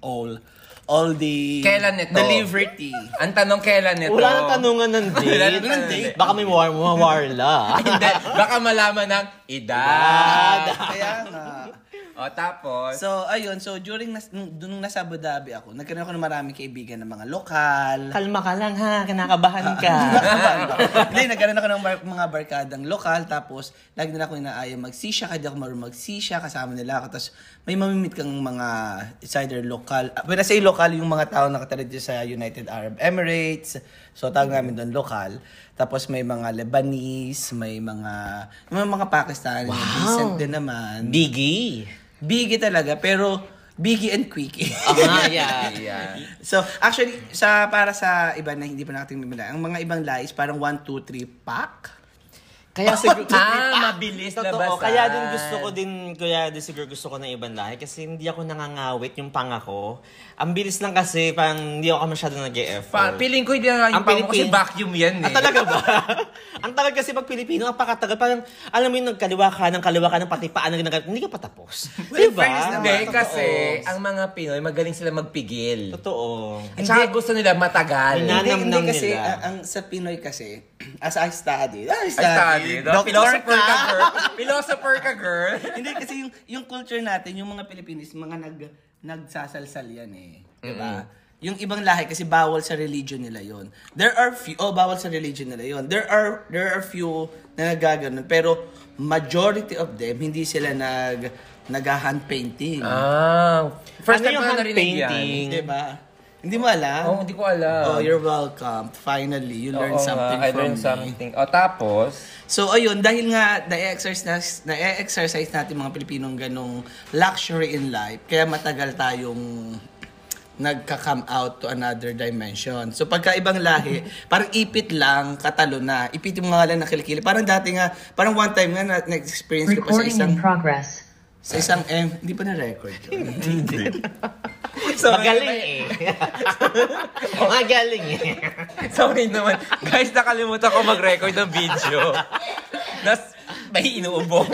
Speaker 1: all, all the...
Speaker 4: Kailan ito?
Speaker 1: The liberty.
Speaker 4: *laughs* *laughs* ang tanong kailan nito?
Speaker 2: Wala nang tanungan ng
Speaker 4: Wala
Speaker 2: date.
Speaker 4: nang tanungan ng date.
Speaker 2: Baka may war, war, warla.
Speaker 4: *laughs* Hindi. Baka malaman ng edad.
Speaker 1: Kaya nga.
Speaker 4: O, tapos.
Speaker 1: So, ayun. So, during nas, nung, nung nasa Abu Dhabi ako, nagkaroon ako ng maraming kaibigan ng mga lokal.
Speaker 2: *laughs* Kalma ka lang ha, kinakabahan ka.
Speaker 1: *laughs* Hindi, nagkaroon ako ng mar- mga barkadang lokal. Tapos, lagi nila ako inaaya magsisya. Kaya di ako marunong magsisya. Kasama nila ako. Tapos, may mamimit kang mga, it's either local. ah, When I say local, yung mga tao nakatala dito sa United Arab Emirates. So, tawag namin doon local. Tapos, may mga Lebanese, may mga, may mga Pakistani. Decent din
Speaker 2: *laughs*
Speaker 1: naman.
Speaker 2: Biggie.
Speaker 1: Biggie talaga, pero Biggie and Quickie. *laughs*
Speaker 2: Ah, yeah. *laughs*
Speaker 4: Yeah.
Speaker 1: so, actually, sa para sa iba na hindi pa nakating mimila, ang mga ibang lies, parang 1, 2, 3, pack.
Speaker 2: Kaya *laughs* siguro,
Speaker 4: Ah, mabilis na
Speaker 2: Totoo, kaya din gusto ko din, kaya din siguro gusto ko ng ibang lahi kasi hindi ako nangangawit yung panga ko. Ang bilis lang kasi, parang hindi ako masyado
Speaker 4: Pa,
Speaker 2: nag-e-effort.
Speaker 4: piling ko hindi na lang yung
Speaker 2: Ang
Speaker 4: pango kasi
Speaker 2: Pilipin-
Speaker 4: vacuum yan eh.
Speaker 2: Ah, talaga ba? *laughs* ang tagal kasi pag Pilipino, napakatagal. Parang, alam mo yung nagkaliwa ka, ng kaliwa ka, ng pati paan, nag- nag- hindi ka pa tapos. Di ba?
Speaker 1: fairness naman,
Speaker 4: Hindi,
Speaker 1: Totoo.
Speaker 4: kasi ang mga Pinoy, magaling sila magpigil.
Speaker 2: Totoo.
Speaker 4: At saka gusto nila matagal.
Speaker 2: Hindi. Nanamnam
Speaker 1: kasi,
Speaker 2: nila.
Speaker 1: ah, ang, sa Pinoy kasi, *clears throat* as I studied, I
Speaker 4: Ay, study.
Speaker 1: studied,
Speaker 4: no?
Speaker 1: doctor
Speaker 4: Philosopher ka,
Speaker 1: ka.
Speaker 4: girl. Philosopher ka, girl.
Speaker 1: hindi kasi yung, yung culture natin, yung mga Pilipinis, mga nag, nagsasalsal yan eh. Diba? Yung ibang lahi kasi bawal sa religion nila yon. There are few, oh bawal sa religion nila yon. There are there are few na nagaganon pero majority of them hindi sila nag nagahan painting.
Speaker 4: Ah. First
Speaker 2: Ano
Speaker 4: time
Speaker 2: yung
Speaker 4: ko na
Speaker 2: hand
Speaker 4: narinig
Speaker 2: painting?
Speaker 4: yan.
Speaker 1: Diba? Hindi mo alam?
Speaker 4: Oh, hindi ko alam.
Speaker 1: Oh, you're welcome. Finally, you learned
Speaker 4: Oo nga,
Speaker 1: something
Speaker 4: I
Speaker 1: from
Speaker 4: learned
Speaker 1: me.
Speaker 4: something. O, tapos, *laughs*
Speaker 1: So ayun, dahil nga na-exercise na, na-exercise natin mga Pilipinong ganong luxury in life, kaya matagal tayong nagka-come out to another dimension. So pagka ibang lahi, parang ipit lang, katalo na. Ipit yung mga lang na kilikili. Parang dati nga, parang one time nga na, na-experience ko pa sa
Speaker 5: Recording
Speaker 1: isang,
Speaker 5: in progress.
Speaker 1: sa isang M, hindi pa na-record.
Speaker 4: *laughs*
Speaker 1: yun.
Speaker 2: Magaling eh. *laughs* Magaling eh.
Speaker 4: sorry naman. Guys, nakalimutan ko mag-record ng video. Nas, may inuubong.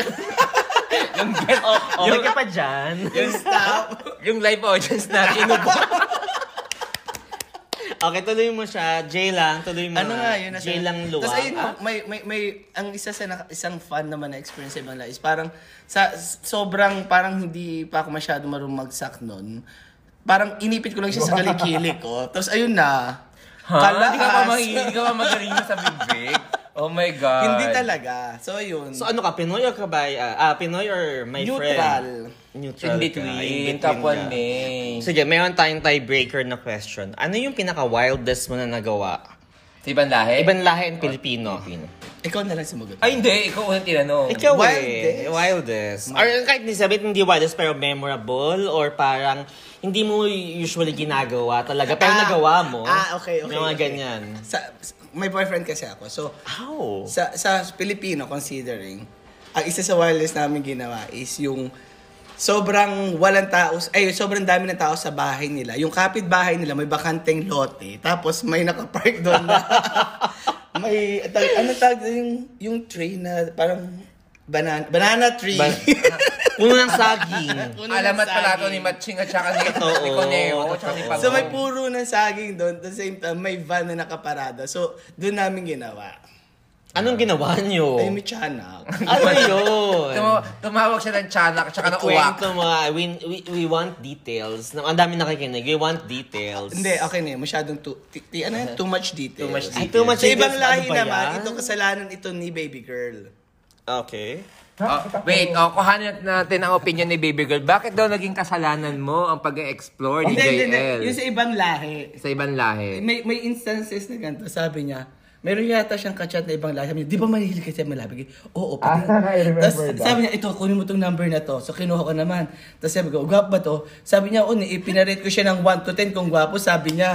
Speaker 4: yung get,
Speaker 2: Oh,
Speaker 4: yung,
Speaker 2: may ka pa dyan.
Speaker 4: yung, yung live audience natin, inuubong.
Speaker 2: *laughs* Okay, tuloy mo siya. J lang, tuloy mo.
Speaker 1: Ano nga, yun na
Speaker 2: J lang luwa.
Speaker 1: Tapos ayun,
Speaker 2: Ah,
Speaker 1: may, may, may, ang isa sa naka- isang fun naman na experience sa Ibangla is parang, sa, sobrang, parang hindi pa ako masyado marunong magsak nun. Parang inipit ko lang siya sa kalikili ko. Tapos ayun na.
Speaker 4: Ha?
Speaker 1: Kalaas.
Speaker 4: Hindi ka
Speaker 1: *laughs*
Speaker 4: pa, mag- hindi ka pa magaling sa bibig? Oh my God.
Speaker 1: Hindi talaga. So ayun.
Speaker 2: So ano ka, Pinoy or kabay? Ah, ah, Pinoy or my
Speaker 1: Neutral.
Speaker 2: friend? Neutral.
Speaker 4: In
Speaker 2: ka,
Speaker 4: between, eh.
Speaker 2: ka.
Speaker 4: kapwa ni.
Speaker 2: Sige, meron tayong tiebreaker na question. Ano yung pinaka-wildest mo na nagawa?
Speaker 4: Si Banlahe?
Speaker 2: Ibang lahi ang Ah, Pilipino.
Speaker 1: Ikaw na lang sumagot.
Speaker 4: Ay, hindi. Ikaw unang tinanong.
Speaker 2: Ikaw
Speaker 1: Wildest?
Speaker 2: eh. Wildest. Or kahit hindi sabihin, hindi wildest pero memorable or parang hindi mo usually ginagawa talaga pero
Speaker 1: Ah,
Speaker 2: nagawa mo.
Speaker 1: Ah, okay, okay.
Speaker 2: Yung mga
Speaker 1: okay.
Speaker 2: ganyan.
Speaker 1: Sa, sa- may boyfriend kasi ako. So,
Speaker 2: *laughs* How?
Speaker 1: sa, sa Pilipino, considering, ang isa sa wireless namin ginawa is yung sobrang walang tao, ay sobrang dami ng tao sa bahay nila. Yung kapitbahay nila may bakanteng lote, tapos may nakapark doon
Speaker 4: *laughs*
Speaker 1: na may, tag, ano tag, yung, yung tree na parang banana, banana tree.
Speaker 2: Ba-
Speaker 1: *laughs*
Speaker 2: Puno ng saging.
Speaker 1: Puno ng
Speaker 4: Alamat pala
Speaker 1: saging.
Speaker 4: to ni Matching at saka ni,
Speaker 2: Totoo.
Speaker 4: ni Coneo at saka ni Pagong.
Speaker 1: So may puro ng saging doon. At the same time, may van na nakaparada. So doon namin ginawa.
Speaker 2: Anong ginawa nyo?
Speaker 4: Oh.
Speaker 1: Ay, may tiyanak.
Speaker 2: *laughs*
Speaker 4: *laughs*
Speaker 2: Ano yun?
Speaker 4: Tum- tumawag siya ng tiyanak at saka ng uwak.
Speaker 2: Kwento mo, ah, we, we, we want details. Ang dami nakikinig. We want details.
Speaker 1: Hindi, okay na yun. Masyadong too, ti- ti- ano yun? too much detail.
Speaker 4: Too much
Speaker 2: Ay, too much
Speaker 1: Sa ibang
Speaker 2: details.
Speaker 1: lahi
Speaker 2: Ano ba
Speaker 1: naman,
Speaker 2: yan?
Speaker 1: ito kasalanan ito ni baby girl.
Speaker 2: Okay.
Speaker 4: Oh, wait, oh, kuhanan natin ang opinion ni Baby Girl. Bakit daw naging kasalanan mo ang pag-explore ni
Speaker 1: Hindi, hindi, hindi.
Speaker 4: JL?
Speaker 1: Yung sa ibang lahi.
Speaker 4: Sa ibang lahi.
Speaker 1: May, may instances na ganito. Sabi niya, meron yata siyang kachat na ibang lahi. Sabi niya, di ba mahilig ka sa malabig? Oo, pati.
Speaker 3: Ah, I remember
Speaker 1: Tas
Speaker 3: that.
Speaker 1: Sabi niya, ito, kunin mo tong number na to. So, kinuha ko naman. Tapos sabi ko, gwapo ba to? Sabi niya, un, ipinarate ko siya ng 1 to 10 kung gwapo. Sabi niya,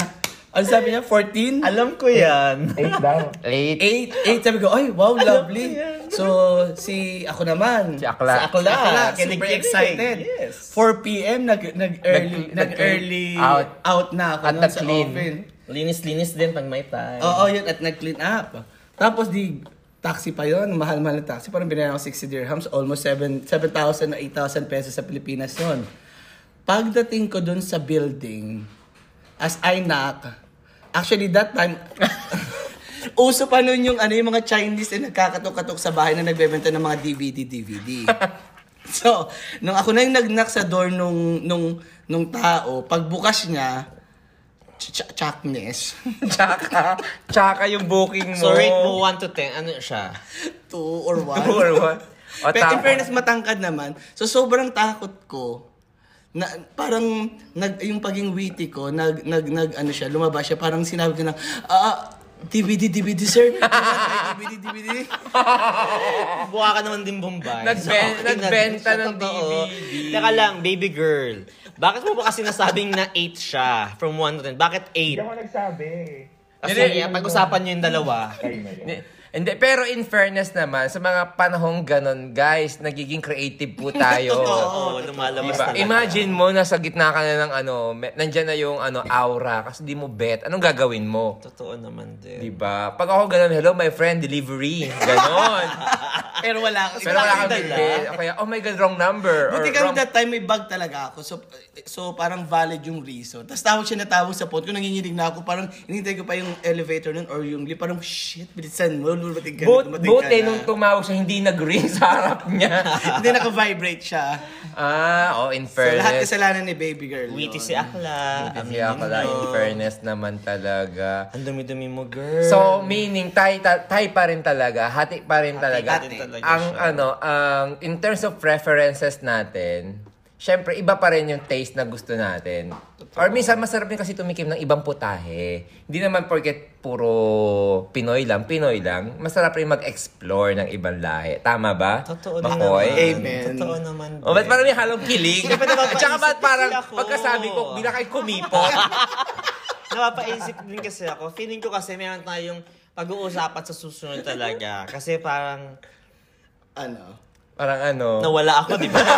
Speaker 1: ano sabi niya? 14?
Speaker 2: Alam ko yan.
Speaker 3: Eight down.
Speaker 4: Eight.
Speaker 1: Eight, eight, sabi ko, ay, wow, lovely. So, si ako naman.
Speaker 4: Si Akla.
Speaker 1: Si Akla.
Speaker 2: Si Akla,
Speaker 1: super
Speaker 2: kilig-kilig. eh.
Speaker 1: excited.
Speaker 2: Yes.
Speaker 1: 4 p.m. nag, nag-early,
Speaker 4: Nag-
Speaker 1: nag-early out.
Speaker 4: out.
Speaker 1: na ako
Speaker 4: At
Speaker 1: nun sa
Speaker 4: nag-clean.
Speaker 1: oven.
Speaker 2: Linis-linis din pag may time.
Speaker 1: Oo, yun, at nag-clean up. Tapos di, taxi pa yon mahal-mahal na taxi. Parang binayaran ko 60 dirhams, almost 7 7,000 o 8,000 pesos sa Pilipinas noon. Pagdating ko dun sa building, as I knock, actually that time, *laughs* uso pa nun yung, ano, yung mga Chinese na nagkakatok-katok sa bahay na nagbebenta ng mga DVD-DVD. *laughs* so, nung ako na yung nag-knock sa door nung, nung, nung tao, pagbukas niya, ch- ch- chaknes. *laughs*
Speaker 4: Tsaka, tsaka yung booking mo.
Speaker 2: So rate mo 1 to 10. Ano siya?
Speaker 1: Two or one.
Speaker 4: Two or one. O,
Speaker 1: *laughs* Pero in
Speaker 4: tama.
Speaker 1: fairness, matangkad naman. So, sobrang takot ko. Na, parang nag, yung paging witty ko, nag, nag, nag, ano siya, lumabas siya. Parang sinabi ko na, ah, DVD, DVD, sir. DVD, DVD.
Speaker 2: Buka ka naman din Bombay.
Speaker 4: Nagben- nagbenta ng DVD.
Speaker 2: Teka lang, baby girl. Bakit mo ba kasi nasabing na 8 siya from 1 to 10? Bakit
Speaker 3: Hindi
Speaker 2: 8?
Speaker 3: ako nagsabi.
Speaker 2: Kasi pag-usapan nyo yung dalawa.
Speaker 3: Kayo na yun.
Speaker 4: Ni- Hindi, pero in fairness naman, sa mga panahong ganon, guys, nagiging creative po tayo.
Speaker 2: Oo, lumalabas
Speaker 4: Diba?
Speaker 2: talaga.
Speaker 4: Imagine mo, nasa gitna ka na ng ano, me- nandyan na yung ano, aura, kasi di mo bet. Anong gagawin mo?
Speaker 2: Totoo naman din.
Speaker 4: Diba? Pag ako ganon, hello my friend, delivery.
Speaker 1: *laughs*
Speaker 4: Ganon.
Speaker 1: Pero wala kasi.
Speaker 4: *laughs* Pero wala kang
Speaker 2: Dala.
Speaker 4: bet. O Kaya, oh my God, wrong number.
Speaker 1: ah. Buti
Speaker 4: or
Speaker 1: kami
Speaker 4: wrong-
Speaker 1: that time may bug talaga ako. So, so parang valid yung reason. Tapos tawag siya na tawag sa phone ko. Nanginginig na ako. Parang hinintay ko pa yung elevator nun or yung lift. Parang, shit, bilisan mo. Lumating ka na. dumating
Speaker 4: But,
Speaker 1: ka
Speaker 4: buti
Speaker 1: na.
Speaker 4: eh, nung tumawag siya, hindi nag-ring *laughs* sa harap niya.
Speaker 1: *laughs* Hindi naka-vibrate siya.
Speaker 4: ah, oh, in
Speaker 1: So, lahat
Speaker 4: fairness.
Speaker 1: kasalanan ni baby girl. yun.
Speaker 2: Witty si Akla.
Speaker 4: Kasi
Speaker 2: aminin
Speaker 4: ako lang,
Speaker 2: mo.
Speaker 4: in fairness naman talaga.
Speaker 2: Ang dumi-dumi mo, girl.
Speaker 4: So, meaning, tay, ta- tay pa rin talaga, hati pa rin talaga.
Speaker 2: hati talaga
Speaker 4: ang,
Speaker 2: siya.
Speaker 4: ano, ang, in terms of preferences natin, syempre, iba pa rin yung taste na gusto natin. Or minsan, masarap din kasi tumikim ng ibang putahe. Hindi naman porket puro Pinoy lang, Pinoy lang. Masarap rin mag-explore ng ibang lahi. Tama ba?
Speaker 2: Totoo na
Speaker 4: Makoy?
Speaker 2: naman.
Speaker 1: Amen.
Speaker 2: Totoo naman din.
Speaker 4: O, ba't Oh, parang may halong kilig?
Speaker 2: Sino ba naman
Speaker 4: At saka ba't
Speaker 2: paisip
Speaker 4: parang
Speaker 2: nila ako?
Speaker 4: pagkasabi ko, bila kayo
Speaker 2: *laughs*
Speaker 4: kumipot.
Speaker 2: Napapaisip din kasi ako. Feeling ko kasi meron tayong pag-uusapan sa susunod talaga. Kasi parang
Speaker 1: Ano?
Speaker 4: parang ano.
Speaker 2: nawala ako, diba? di ba?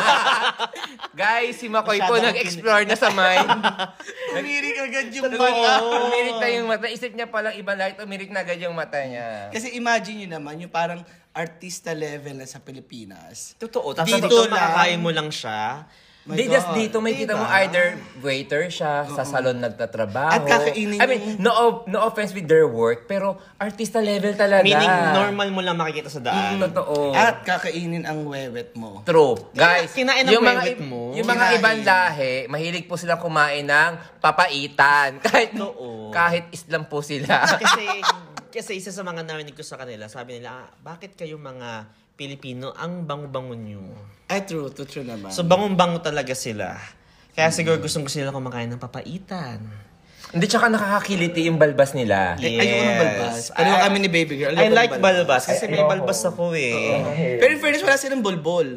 Speaker 4: Guys, si Makoy
Speaker 2: Masyado
Speaker 4: po
Speaker 2: akong
Speaker 4: nag-explore na sa mind.
Speaker 2: *laughs*
Speaker 1: Umirik agad yung
Speaker 2: oh.
Speaker 1: mata.
Speaker 4: Oo. Umirit na yung mata. Isip niya palang ibang lahat, umirit na agad yung mata niya.
Speaker 1: Kasi imagine nyo naman, yung parang artista level na sa Pilipinas.
Speaker 2: Totoo. Tapos dito,
Speaker 1: Dito
Speaker 2: dito
Speaker 1: lang.
Speaker 2: makakain mo lang siya.
Speaker 1: My
Speaker 4: Di, just
Speaker 1: God.
Speaker 4: dito may kita mo
Speaker 1: Diba?
Speaker 4: either waiter siya, sa salon nagtatrabaho.
Speaker 1: At kakainin
Speaker 4: I mean,
Speaker 1: yung-
Speaker 4: no, of- no offense with their work, pero artista level talaga.
Speaker 2: Meaning, normal mo lang makikita sa
Speaker 1: Mm,
Speaker 2: daan.
Speaker 4: Totoo.
Speaker 1: At kakainin ang wewet mo.
Speaker 4: True. Guys,
Speaker 2: kinain ang wewet
Speaker 4: ib-
Speaker 2: mo.
Speaker 4: Yung mga
Speaker 1: Kinain.
Speaker 4: ibang lahi, mahilig po silang kumain ng papaitan. *laughs* Kahit,
Speaker 2: Totoo.
Speaker 4: kahit Islam po sila.
Speaker 2: kasi kasi isa sa mga narinig ko sa kanila, sabi nila, "Ah, bakit kayo mga Pilipino ang bango-bango nyo?
Speaker 1: Ay, true. True, true naman.
Speaker 2: So bango-bango talaga sila. Kaya siguro gustong gusto nila kumakain ng papaitan.
Speaker 4: Hindi, tsaka nakakakiliti yung balbas nila.
Speaker 1: Eh, ayoko ng balbas. Pero yung
Speaker 2: I-
Speaker 1: kami ni Baby Girl,
Speaker 2: I
Speaker 1: alam ko ng
Speaker 2: like
Speaker 1: balbas.
Speaker 2: balbas. Kasi
Speaker 3: Ay,
Speaker 2: may
Speaker 3: ayoko.
Speaker 2: balbas ako eh.
Speaker 1: Pero in fairness, wala silang bolbol.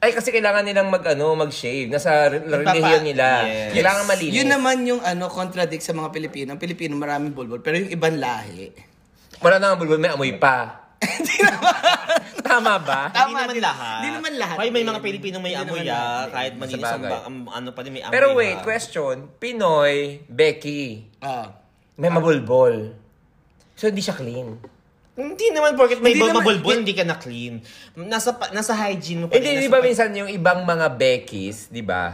Speaker 4: Ay, kasi kailangan nilang mag, ano, mag-shave. Nasa re- relihiyon nila.
Speaker 2: Yes.
Speaker 4: Kailangan malinis.
Speaker 1: Yun naman yung ano, contradict sa mga Pilipino. Ang Pilipino, maraming bulbul. Pero yung ibang lahi. *laughs*
Speaker 4: Wala na nga bulbul, may amoy pa. *laughs* Tama ba?
Speaker 1: Tama,
Speaker 2: hindi naman
Speaker 1: di-
Speaker 2: lahat.
Speaker 1: di naman lahat
Speaker 2: Ay, may
Speaker 1: din.
Speaker 2: mga Pilipino may
Speaker 1: Hindi
Speaker 2: amoy
Speaker 1: naman lahat
Speaker 2: ah.
Speaker 1: din.
Speaker 2: Kahit malinis ang
Speaker 4: Sabagay.
Speaker 2: ba- ang- ano pa rin may amoy.
Speaker 4: Pero wait,
Speaker 2: ah.
Speaker 4: question. Pinoy, Becky,
Speaker 1: Ah.
Speaker 4: may mabulbol. So, hindi siya clean.
Speaker 2: Hindi naman porket may
Speaker 1: Hindi
Speaker 2: ibang
Speaker 1: naman-
Speaker 2: mabulbul, hindi ka na clean. Nasa pa- nasa hygiene mo pa rin,
Speaker 4: Hindi, di
Speaker 2: nasa
Speaker 4: ba
Speaker 2: pag-
Speaker 4: minsan yung ibang mga Beckys, di ba?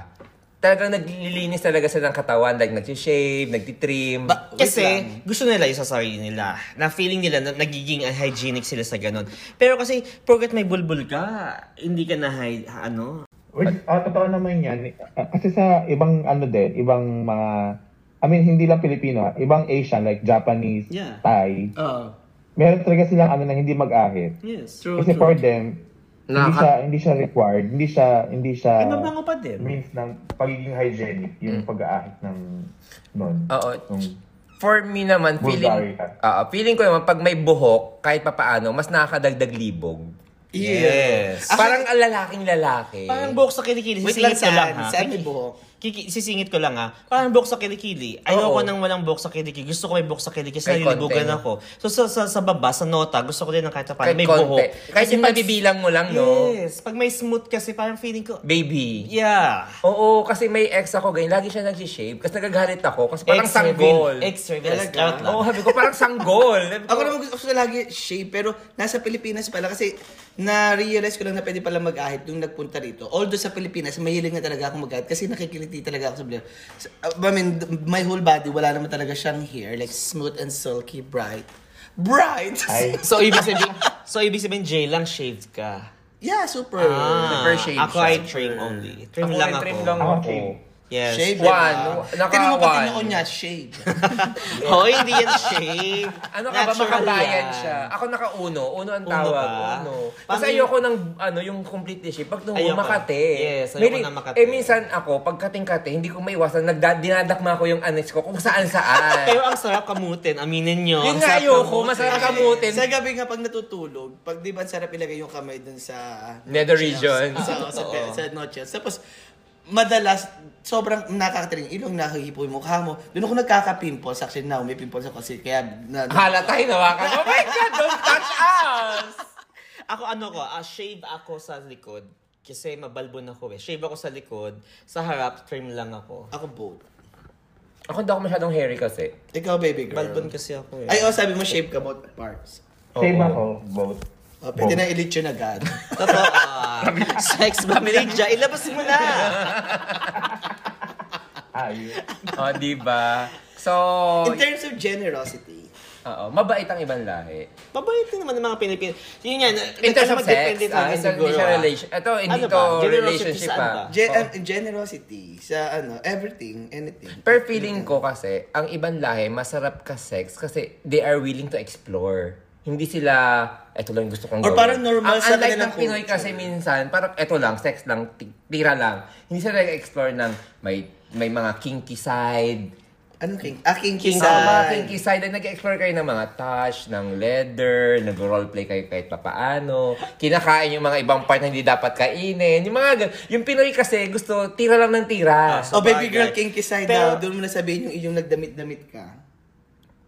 Speaker 4: Talagang naglilinis talaga sila ng katawan. Like, nag-shave, nagtitrim.
Speaker 1: Ba- Wait
Speaker 2: Kasi
Speaker 1: lang.
Speaker 2: gusto nila yung sa sarili nila. Na feeling nila na nagiging hygienic sila sa ganun. Pero kasi porket may bulbul ka, hindi ka na hy- ano.
Speaker 3: Which, ah, totoo naman yan. Ah, Kasi sa ibang ano din, ibang mga, I mean, hindi lang Pilipino, ah, ibang Asian, like Japanese,
Speaker 2: Yeah.
Speaker 3: Thai,
Speaker 1: Ah.
Speaker 3: meron talaga silang ano na hindi mag-ahit.
Speaker 2: Yes.
Speaker 1: True,
Speaker 3: Kasi
Speaker 1: true.
Speaker 3: for them, hindi
Speaker 4: Nakaka-
Speaker 3: siya, hindi siya required, hindi siya, hindi siya
Speaker 2: Ay, mabango pa din.
Speaker 3: means ng pagiging hygienic, yung pag-aahit ng nun.
Speaker 4: Oo.
Speaker 3: Nung-
Speaker 4: For me naman, feeling,
Speaker 3: Bulgaria.
Speaker 4: Ah, feeling ko naman, pag may buhok, kahit papaano, mas nakakadagdag libog.
Speaker 1: Yes. Actually,
Speaker 4: Parang ang lalaking lalaki.
Speaker 2: Ah, Parang buhok sa kilikili,
Speaker 1: Wait lang,
Speaker 2: sisingit ko lang
Speaker 1: San.
Speaker 2: ha.
Speaker 1: Saan may buhok?
Speaker 2: Kiki, sisingit ko lang ha. Parang buhok sa kilikili. Ayoko
Speaker 4: Oo.
Speaker 2: nang walang buhok sa kilikili. Gusto ko may buhok sa kilikili. Kasi
Speaker 4: Kahit
Speaker 2: nalilibugan
Speaker 4: konti.
Speaker 2: ako. So sa, sa, sa baba, sa nota, gusto ko din ng kahit na
Speaker 4: kahit
Speaker 2: parang may
Speaker 4: konti.
Speaker 2: buhok.
Speaker 4: Kahit yung
Speaker 2: pag-
Speaker 4: nabibilang mo lang, no?
Speaker 2: Yes. Pag may smooth kasi, parang feeling ko,
Speaker 4: Baby.
Speaker 2: yeah.
Speaker 4: Oo, kasi may ex ako, ganyan. Lagi siya nag-shave. Kasi nagagalit ako. Kasi parang sanggol.
Speaker 2: Ex-reveal. Ex-reveal.
Speaker 1: Talaga?
Speaker 2: Charot lang.
Speaker 4: Oo, sabi ko, parang sanggol. Sabi ko,
Speaker 1: Ako naman gusto, gusto ko lagi shave, pero nasa Pilipinas pala kasi na-realize ko lang na pwede pala mag-ahit nung nagpunta rito. Although sa Pilipinas, mahilig na talaga ako mag-ahit kasi nakikiliti talaga ako sa blur. S- I mean, my whole body, wala naman talaga siyang hair. Like, smooth and silky, bright. Bright!
Speaker 3: Ay.
Speaker 2: So, ibig *laughs* sabihin, so, ibig sabihin, Jay lang shaved ka.
Speaker 1: yeah, super.
Speaker 2: Ah.
Speaker 4: Super shave
Speaker 2: Ako
Speaker 4: siya.
Speaker 2: ay trim only. Trim
Speaker 4: Ako
Speaker 2: lang
Speaker 4: ay
Speaker 2: ako.
Speaker 4: trim lang
Speaker 3: Ako,
Speaker 4: ako.
Speaker 3: shave.
Speaker 2: Yes.
Speaker 1: Shave,
Speaker 4: One.
Speaker 1: diba?
Speaker 4: Naka-
Speaker 1: Tingnan mo pati
Speaker 4: one.
Speaker 1: noon niya, shave.
Speaker 2: *laughs* Hoy, hindi yan shave.
Speaker 4: Ano ka ba,
Speaker 2: Natural
Speaker 4: makabayan
Speaker 2: yan.
Speaker 4: siya. Ako naka-uno. Uno ang
Speaker 2: Uno
Speaker 4: tawag.
Speaker 2: ba?
Speaker 4: Uno.
Speaker 2: Pang-
Speaker 4: Kasi ayoko ng, ano, yung complete dish. Pag nung
Speaker 2: Ayoko.
Speaker 4: Makate.
Speaker 2: Yes, ayoko
Speaker 4: May-
Speaker 2: ng Makate.
Speaker 4: Eh, minsan ako, pag kating-kate, hindi ko maiwasan. Nagda- dinadakma ko yung anis ko
Speaker 2: *laughs*
Speaker 4: kung
Speaker 2: Pero
Speaker 4: saan-saan.
Speaker 2: ang sarap kamutin, aminin nyo.
Speaker 4: Yun
Speaker 2: Ang sarap
Speaker 4: nga ayoko.
Speaker 2: kamutin.
Speaker 4: Masarap kamutin.
Speaker 1: sa gabi nga pag natutulog, pag di ba ang sarap ilagay yung kamay dun sa...
Speaker 4: Nether region.
Speaker 1: Sa, sa, sa noches. Tapos, madalas, sobrang nakakataring ilong, nakahipo yung mukha mo. Doon ako nagkaka-pimples. Actually, now may pimples ako kasi kaya... Na,
Speaker 4: Hala tayo nawakan. Oh my God, don't touch us!
Speaker 2: Ako ano ko, ah, shave ako sa likod. Kasi mabalbon ako eh. Shave ako sa likod. Sa harap, trim lang ako.
Speaker 1: Ako both.
Speaker 4: Ako hindi ako masyadong hairy kasi.
Speaker 1: Ikaw, baby girl.
Speaker 2: Balbon kasi ako eh.
Speaker 1: Ay, oh, sabi mo, shape ka both parts.
Speaker 3: Same ako, both.
Speaker 1: Oh, pwede na ilit yun
Speaker 4: *laughs*
Speaker 1: agad.
Speaker 2: Totoo. ah. Sex ba, Melidja? Ilabas mo na!
Speaker 4: *laughs*
Speaker 3: Ayun.
Speaker 4: O, oh, di ba? So,
Speaker 1: In terms of generosity,
Speaker 4: oo, mabait ang ibang lahi.
Speaker 2: Mabait din naman ng mga Pilipino. Yun nga, na-
Speaker 4: In terms of sex,
Speaker 2: magdepende
Speaker 4: ah,
Speaker 2: talaga
Speaker 4: in terms
Speaker 2: siguro,
Speaker 4: hindi siya
Speaker 2: ah.
Speaker 4: relation. Ito, hindi
Speaker 2: Ano ba?
Speaker 4: to
Speaker 2: Generosity
Speaker 4: relationship ah.
Speaker 2: saan ba?
Speaker 4: pa.
Speaker 1: Ge- um, generosity sa ano, everything, anything.
Speaker 4: Per feeling ko kasi, ang ibang lahi, masarap ka sex kasi they are willing to explore. Hindi sila, eto lang yung gusto kong
Speaker 1: Or
Speaker 4: gawin.
Speaker 1: parang normal
Speaker 4: ang,
Speaker 1: sa
Speaker 4: unlike
Speaker 1: kanilang
Speaker 4: ng Pinoy
Speaker 1: culture.
Speaker 4: kasi minsan, parang eto lang, sex lang, ti- tira lang. Hindi sila nag-explore ng may may mga kinky side.
Speaker 1: Ano king? Ah, kinky
Speaker 4: Kinky, mga
Speaker 1: side.
Speaker 4: kinky side. Ay, Nag-explore kayo ng mga touch, ng leather, nag-roleplay kayo kahit papaano. Kinakain yung mga ibang part na hindi dapat kainin. Yung mga gan- Yung Pinoy kasi gusto, tira lang ng
Speaker 2: Ah,
Speaker 4: tira.
Speaker 2: so-
Speaker 1: Oh, baby
Speaker 2: Sabagay.
Speaker 1: girl, kinky side
Speaker 2: Pero-
Speaker 1: daw. Doon mo na sabihin yung iyong nagdamit-damit ka.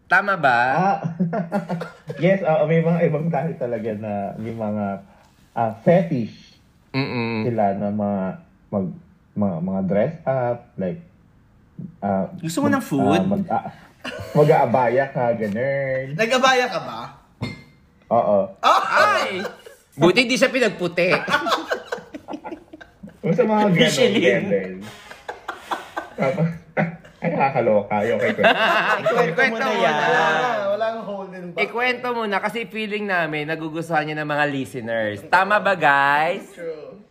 Speaker 4: Tama ba?
Speaker 3: Ah, *laughs* yes, ah, may mga ibang tayo talaga na may mga ah, fetish
Speaker 4: Mm-mm.
Speaker 3: sila na mga mag mga, mga dress up like ah,
Speaker 2: Gusto mo ng food?
Speaker 3: ah, mag, ah, mag-aabaya ka ganun.
Speaker 1: Nag-abaya ka ba?
Speaker 3: Oo.
Speaker 2: Ah!
Speaker 4: Ay! Buti di siya pinagputi.
Speaker 3: Yung sa
Speaker 2: *laughs*
Speaker 3: mga ganun,
Speaker 2: Michelin.
Speaker 3: Kendall. Tapos, *laughs* ay, nakakaloka. Yung kay Kwento.
Speaker 1: Ikwento mo na
Speaker 4: Ikwento mo
Speaker 1: yan.
Speaker 4: na.
Speaker 1: Wala na, walang holding back.
Speaker 4: *laughs* Ikwento muna kasi feeling namin nagugustuhan niya ng mga listeners. Tama ba guys?
Speaker 1: True.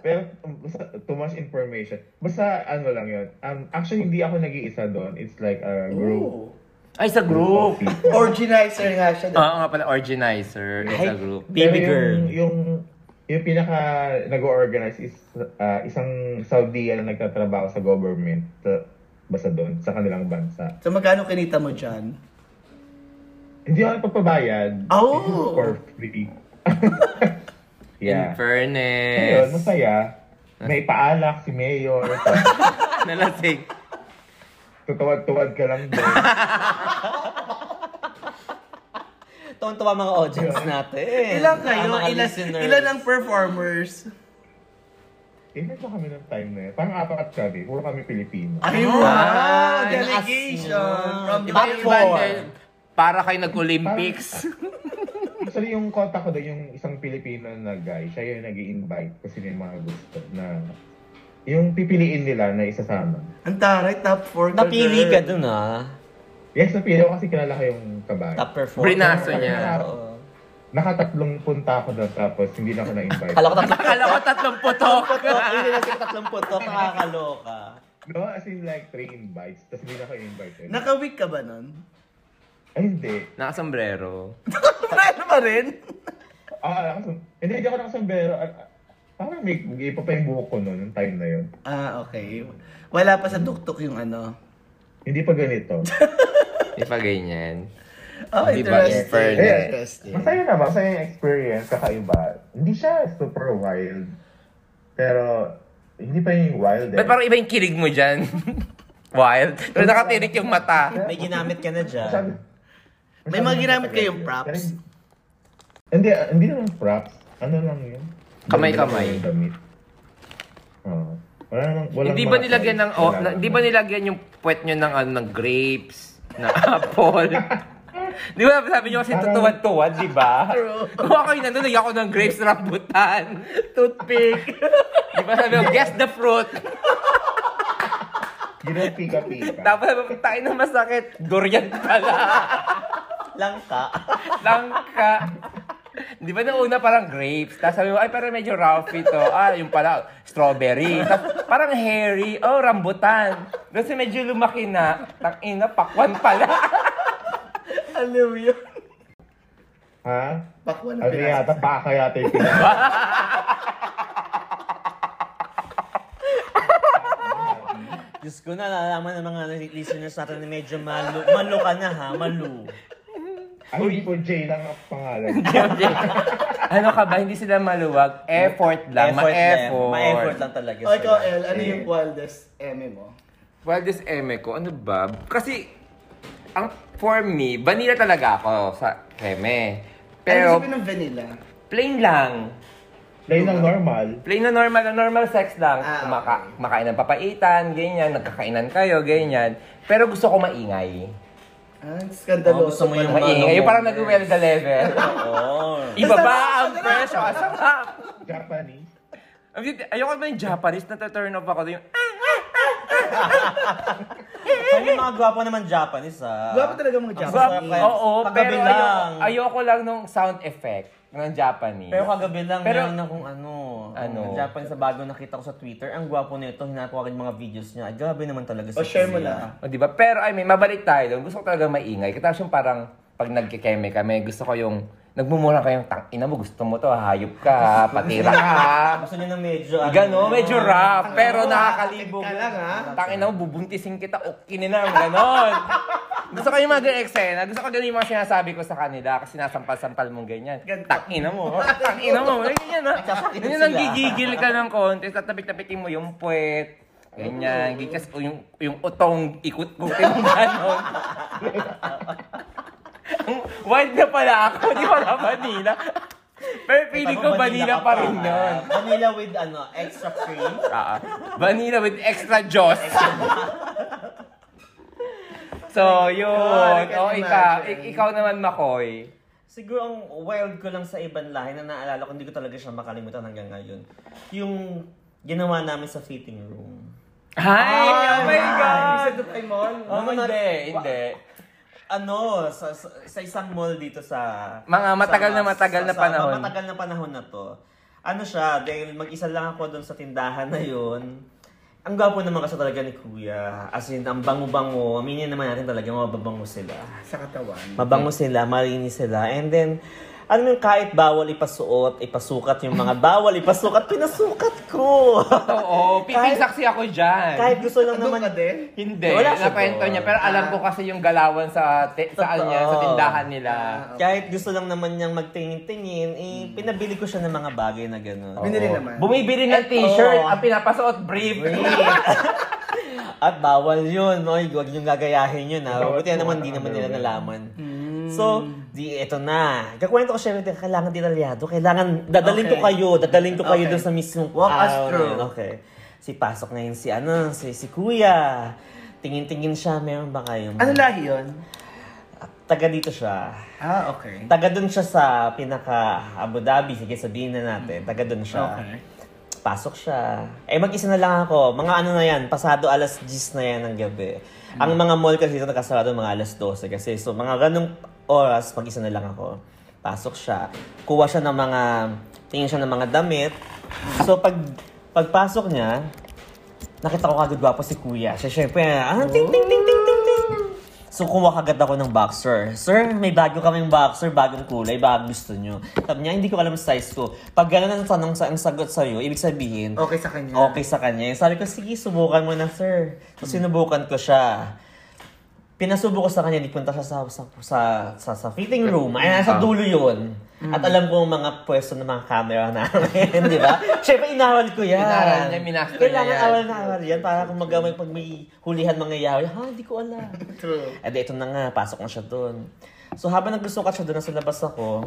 Speaker 3: Pero um, basta too much information. Basta ano lang yun. Um, actually, hindi ako nag-iisa doon. It's like a group.
Speaker 1: Ooh.
Speaker 4: Ay, sa group.
Speaker 3: of people.
Speaker 1: Organizer nga siya.
Speaker 4: Oo nga pala, organizer. Ay, sa group.
Speaker 2: Baby
Speaker 3: Pero
Speaker 2: girl.
Speaker 3: Yung, yung, yung pinaka nag-organize is ah, isang Saudi na nagtatrabaho sa government. Sa, basta doon, sa kanilang bansa.
Speaker 1: So magkano kinita mo dyan?
Speaker 3: Hindi ako nagpapabayad.
Speaker 1: Oh!
Speaker 3: This is for free.
Speaker 4: In
Speaker 3: yeah. Ayun,
Speaker 4: fairness.
Speaker 3: masaya. May paalak si Mayor.
Speaker 4: *laughs* Nalasing.
Speaker 3: Tutawad-tuwad ka lang doon.
Speaker 2: Tuwan-tuwa mga audience natin.
Speaker 1: Eh, Ilan kayo?
Speaker 2: Ang mga
Speaker 1: Ilan,
Speaker 2: listeners.
Speaker 1: ilan ang performers?
Speaker 3: Ilan ba Eh, kami ng time na yun? Parang apat kami. Puro kami Pilipino.
Speaker 1: Ayun!
Speaker 2: Ah,
Speaker 1: Wow! Delegation!
Speaker 2: as-
Speaker 1: From
Speaker 2: Di
Speaker 1: the
Speaker 2: ba
Speaker 1: Ivan
Speaker 2: four?
Speaker 1: Del-
Speaker 4: Para kayo nag-Olympics.
Speaker 3: Actually, yung kota ko doon, yung isang Pilipino na guy, siya yung nag invite kasi yung mga gusto na yung pipiliin nila na isasama.
Speaker 1: Ang taray, top 4 ka,
Speaker 2: Napili
Speaker 1: girl.
Speaker 2: ka dun ah.
Speaker 3: Yes, napili ako kasi kilala ko yung kabayo.
Speaker 2: Top performer.
Speaker 4: Brinaso niya.
Speaker 2: Oo.
Speaker 3: Nakatatlong punta ako doon tapos hindi na ako na-invite.
Speaker 2: Akala ko tatlong
Speaker 4: Akala ko tatlong putok.
Speaker 2: putok. Hindi na siya tatlong putok. Nakakaloka.
Speaker 3: No, as in like three invites, tapos hindi na ako invited.
Speaker 1: Nakawig ka ba nun?
Speaker 3: Ay, hindi.
Speaker 4: *laughs* Nakasombrero.
Speaker 1: Nakawig ba rin?
Speaker 3: Ah, ako, hindi, hindi ako nakasambero. Ah, ah, Parang may ipa pa yung buhok ko noon, yung time na yun.
Speaker 1: Ah, okay. Wala pa sa duktok yung ano.
Speaker 3: Hindi pa ganito.
Speaker 4: Di pa ganyan.
Speaker 1: Oh,
Speaker 4: Di ba?
Speaker 1: interesting.
Speaker 4: Inferno.
Speaker 1: Interesting.
Speaker 3: Masaya na, masaya yung experience, kakaiba. Hindi siya super wild. Pero, hindi pa yung wild eh.
Speaker 4: Ba't parang iba yung kilig mo dyan? *laughs* Wild. Pero nakatirik yung mata.
Speaker 2: May ginamit ka na dyan.
Speaker 3: Masyado-
Speaker 1: May
Speaker 3: masyado
Speaker 1: mga ginamit
Speaker 3: matagal
Speaker 1: kayong
Speaker 3: yun.
Speaker 1: props?
Speaker 3: Pero hindi- Hindi, ah, hindi naman props. Ano lang yun?
Speaker 4: Kamay-kamay.
Speaker 3: Damit lang yung damit. Oo. Wala namang, wala
Speaker 4: Hindi ba nilagyan ng... Oh, na- hindi ba nilagyan yung puwet nyo ng, ano, ng grapes? Na *laughs* apple? di ba sabi nyo kasi tutuwad-tuwad, di ba? Kuha kayo nandun, nagyan ko ng grapes na rambutan. Toothpick. di ba sabi ko, guess the fruit.
Speaker 3: Ginawa
Speaker 4: *laughs*
Speaker 3: pika-pika.
Speaker 4: Tapos sabi ko, tayo na masakit. Durian pala.
Speaker 2: Langka.
Speaker 4: Langka. Di ba nung una parang grapes? Tapos sabi mo, ay parang medyo rough ito. Ah, yung pala, strawberry. Tapos parang hairy. Oh, rambutan. Kasi medyo lumaki na. Tangina, pakwan pala. *laughs*
Speaker 1: Alam mo yun?
Speaker 3: Ha?
Speaker 1: Pakwan na
Speaker 3: Ano yata,
Speaker 1: pinasin.
Speaker 3: baka yata yung
Speaker 4: *laughs*
Speaker 3: pinag-
Speaker 2: Diyos ko, nalalaman ng mga listeners natin na medyo malu. Malu ka na ha, malu.
Speaker 3: Ay, hindi po Jay lang ang pangalan.
Speaker 4: ano ka ba? Hindi sila maluwag. Effort lang. Ma-effort.
Speaker 2: lang. Ma-effort lang talaga.
Speaker 1: O ikaw,
Speaker 2: sila.
Speaker 1: El, ano yung wildest eme mo?
Speaker 4: Well, this eme ko, ano ba? Kasi, ang for me, vanilla talaga ako sa eme.
Speaker 1: Pero...
Speaker 4: Pero,
Speaker 1: Ano sabi ng vanilla?
Speaker 4: plain lang.
Speaker 3: Plain lang normal.
Speaker 4: Plain na normal, na normal sex lang.
Speaker 1: Ah, okay.
Speaker 4: Kumaka, kumakain ng papaitan, ganyan, nagkakainan kayo, ganyan. Pero gusto ko maingay.
Speaker 1: Ah, skandaloso.
Speaker 2: Oh, gusto mo
Speaker 1: pala.
Speaker 2: yung mga-
Speaker 4: Maingay.
Speaker 2: no
Speaker 4: Yung parang
Speaker 2: wonders.
Speaker 4: nag-well the
Speaker 2: *laughs*
Speaker 4: level.
Speaker 2: Oo.
Speaker 4: Ibaba
Speaker 1: Masarap,
Speaker 4: ang presyo. Ang sarap.
Speaker 3: Japanese.
Speaker 4: Ang cute. Ayoko na yung Japanese, nata-turn off ako. Yung, ah,
Speaker 2: Ay, yung mga gwapo naman Japanese ah.
Speaker 1: Gwapo talaga mga Japanese.
Speaker 2: Ang
Speaker 4: guwap.
Speaker 2: sarap kaya-
Speaker 4: Oo, pero
Speaker 2: Paggabi lang.
Speaker 4: ayoko, ayoko lang nung sound effect ng Japanese.
Speaker 2: Pero kagabi lang
Speaker 4: Pero-
Speaker 2: meron akong ano,
Speaker 4: Ano?
Speaker 2: ano, Japan sa bago nakita ko sa Twitter. Ang gwapo nito, hinanap ko agad yung mga videos niya. Ay, grabe naman talaga
Speaker 1: O Oh, share mo
Speaker 2: sila.
Speaker 1: lang.
Speaker 4: O, di ba? Pero, I mean, mabalik tayo doon. Gusto ko talaga maingay. Kasi yung parang, pag nagkikeme kami, gusto ko yung, nagmumura kayong, tang, ina mo, gusto mo to, hayop ka, patira ka.
Speaker 2: Gusto niya na medyo ano.
Speaker 4: Gano, medyo rough, pero nakakalibog.
Speaker 1: Ka lang, ha?
Speaker 4: Tangin na, bubuntisin kita, okay na naman,
Speaker 1: *laughs*
Speaker 4: ganon. Gusto ko yung mga ganyan eksena. Gusto ko ganyan yung mga sinasabi ko sa kanila kasi nasampal-sampal mong ganyan. Tangina mo. Tangina mo. oh. Ganyan ha.
Speaker 2: Nagkasakit
Speaker 4: Ganyan
Speaker 2: sila.
Speaker 4: lang gigigil ka ng konti. Tatapik-tapikin mo yung puwet. Ganyan. Gigas o yung, yung utong ikot-kutin mo ganon. Ang wild na pala ako. Di pala vanilla. Pero feeling ko vanilla pa rin nun.
Speaker 2: Vanilla with ano, extra cream.
Speaker 4: Ah, vanilla with extra juice. so, yun.
Speaker 1: God, I can
Speaker 4: Oh, ikaw,
Speaker 1: imagine.
Speaker 4: Oh, ik- ikaw naman, Makoy.
Speaker 2: Siguro ang wild ko lang sa ibang lahi na naalala ko, hindi ko talaga siya makalimutan hanggang ngayon. Yung ginawa namin sa fitting room.
Speaker 4: Hi! Oh my God!
Speaker 1: Isa tayo mall?
Speaker 2: Oh, my
Speaker 4: hindi,
Speaker 2: God.
Speaker 4: hindi.
Speaker 2: Ano, sa, sa, sa isang mall dito sa...
Speaker 4: Mga matagal
Speaker 2: sa-
Speaker 4: na matagal
Speaker 2: sa-
Speaker 4: na
Speaker 2: sa-
Speaker 4: panahon.
Speaker 2: mga matagal na panahon na to. Ano siya, dahil mag-isa lang ako doon sa tindahan na yun. Ang gwapo naman kasi talaga ni Kuya. As in, ang bango-bango. Aminin naman natin talaga, mababango sila.
Speaker 1: Sa katawan.
Speaker 2: Mabango sila, malinis sila. And then, ano yung kahit bawal ipasuot, ipasukat yung mga bawal ipasukat, pinasukat
Speaker 1: *laughs*
Speaker 2: ko.
Speaker 4: Oo,
Speaker 2: Kahit-
Speaker 4: pipinsaksi ako dyan.
Speaker 2: kahit gusto lang
Speaker 1: Ano
Speaker 2: naman.
Speaker 1: ka din?
Speaker 4: Hindi,
Speaker 2: Wala siya
Speaker 4: nakwento
Speaker 2: doon.
Speaker 4: niya. Pero alam ko kasi yung galawan sa, te, sa,
Speaker 2: Totoo. Ah,
Speaker 4: ano niya, sa tindahan nila.
Speaker 2: Kahit gusto lang naman niyang magtingin-tingin, eh, pinabili ko siya ng mga bagay na gano'n.
Speaker 1: Hmm. Oh. Binili naman. oh.
Speaker 4: Bumibili ng
Speaker 2: Oo.
Speaker 4: t-shirt, ang pinapasuot brief.
Speaker 2: At bawal yun, no? Huwag niyong gagayahin yun, ha? Buti na naman, di naman nila nalaman.
Speaker 1: Hmm.
Speaker 2: So, di, eto na. Kakwento ko syempre, kailangan detalyado. Kailangan, dadaling ko
Speaker 1: Okay.
Speaker 2: kayo, dadaling ko kayo
Speaker 1: Okay.
Speaker 2: doon sa mismong
Speaker 1: Walk
Speaker 2: araw
Speaker 1: us
Speaker 2: na
Speaker 1: through.
Speaker 2: yun. Okay. Si Pasok ngayon si, ano, si, si Kuya. Tingin-tingin siya, meron ba kayong...
Speaker 1: Ano lahi yun?
Speaker 2: Taga dito siya.
Speaker 1: Ah, okay.
Speaker 2: Taga doon siya sa pinaka Abu Dhabi, sige sabihin na natin. Taga doon siya.
Speaker 1: Okay.
Speaker 2: Pasok siya. Eh mag-isa na lang ako. Mga ano na yan, pasado alas 10 na yan ng gabi.
Speaker 1: Hmm.
Speaker 2: Ang mga mall kasi dito nakasarado mga alas 12 kasi. So mga ganong oras, mag-isa na lang ako. Pasok siya. Kuha siya ng mga, tingin siya ng mga damit. So pag pagpasok niya, nakita ko kagad gwapo si kuya. Siya syempre, ah, ting, ting, ting, ting, ting, ting. So, kumuha kagad ako ng boxer. Sir, may bago kaming boxer, bagong kulay, baka gusto nyo. Sabi niya, hindi ko alam size ko. Pag gano'n ang tanong sa ang sagot sa'yo, ibig sabihin,
Speaker 1: Okay sa kanya.
Speaker 2: okay sa kanya. Sabi ko, sige, subukan mo na, sir. So, sinubukan ko siya. Pinasubo ko sa kanya, di punta siya sa, sa, sa, sa, sa fitting room. Ay,
Speaker 4: Ah.
Speaker 2: nasa dulo yun.
Speaker 4: Mm.
Speaker 2: At alam ko ang mga pwesto ng mga camera *laughs* namin, di ba? Siyempre, inaral ko yan.
Speaker 4: Inaral niya, minaster niya
Speaker 2: Kailangan
Speaker 4: yan.
Speaker 2: aral na aral yan para kung magamay pag may hulihan mangyayari. Ha, hindi ko alam.
Speaker 1: True.
Speaker 2: Eh di, ito na nga, pasok na siya doon. So habang nagsusukat siya doon, nasa labas ako,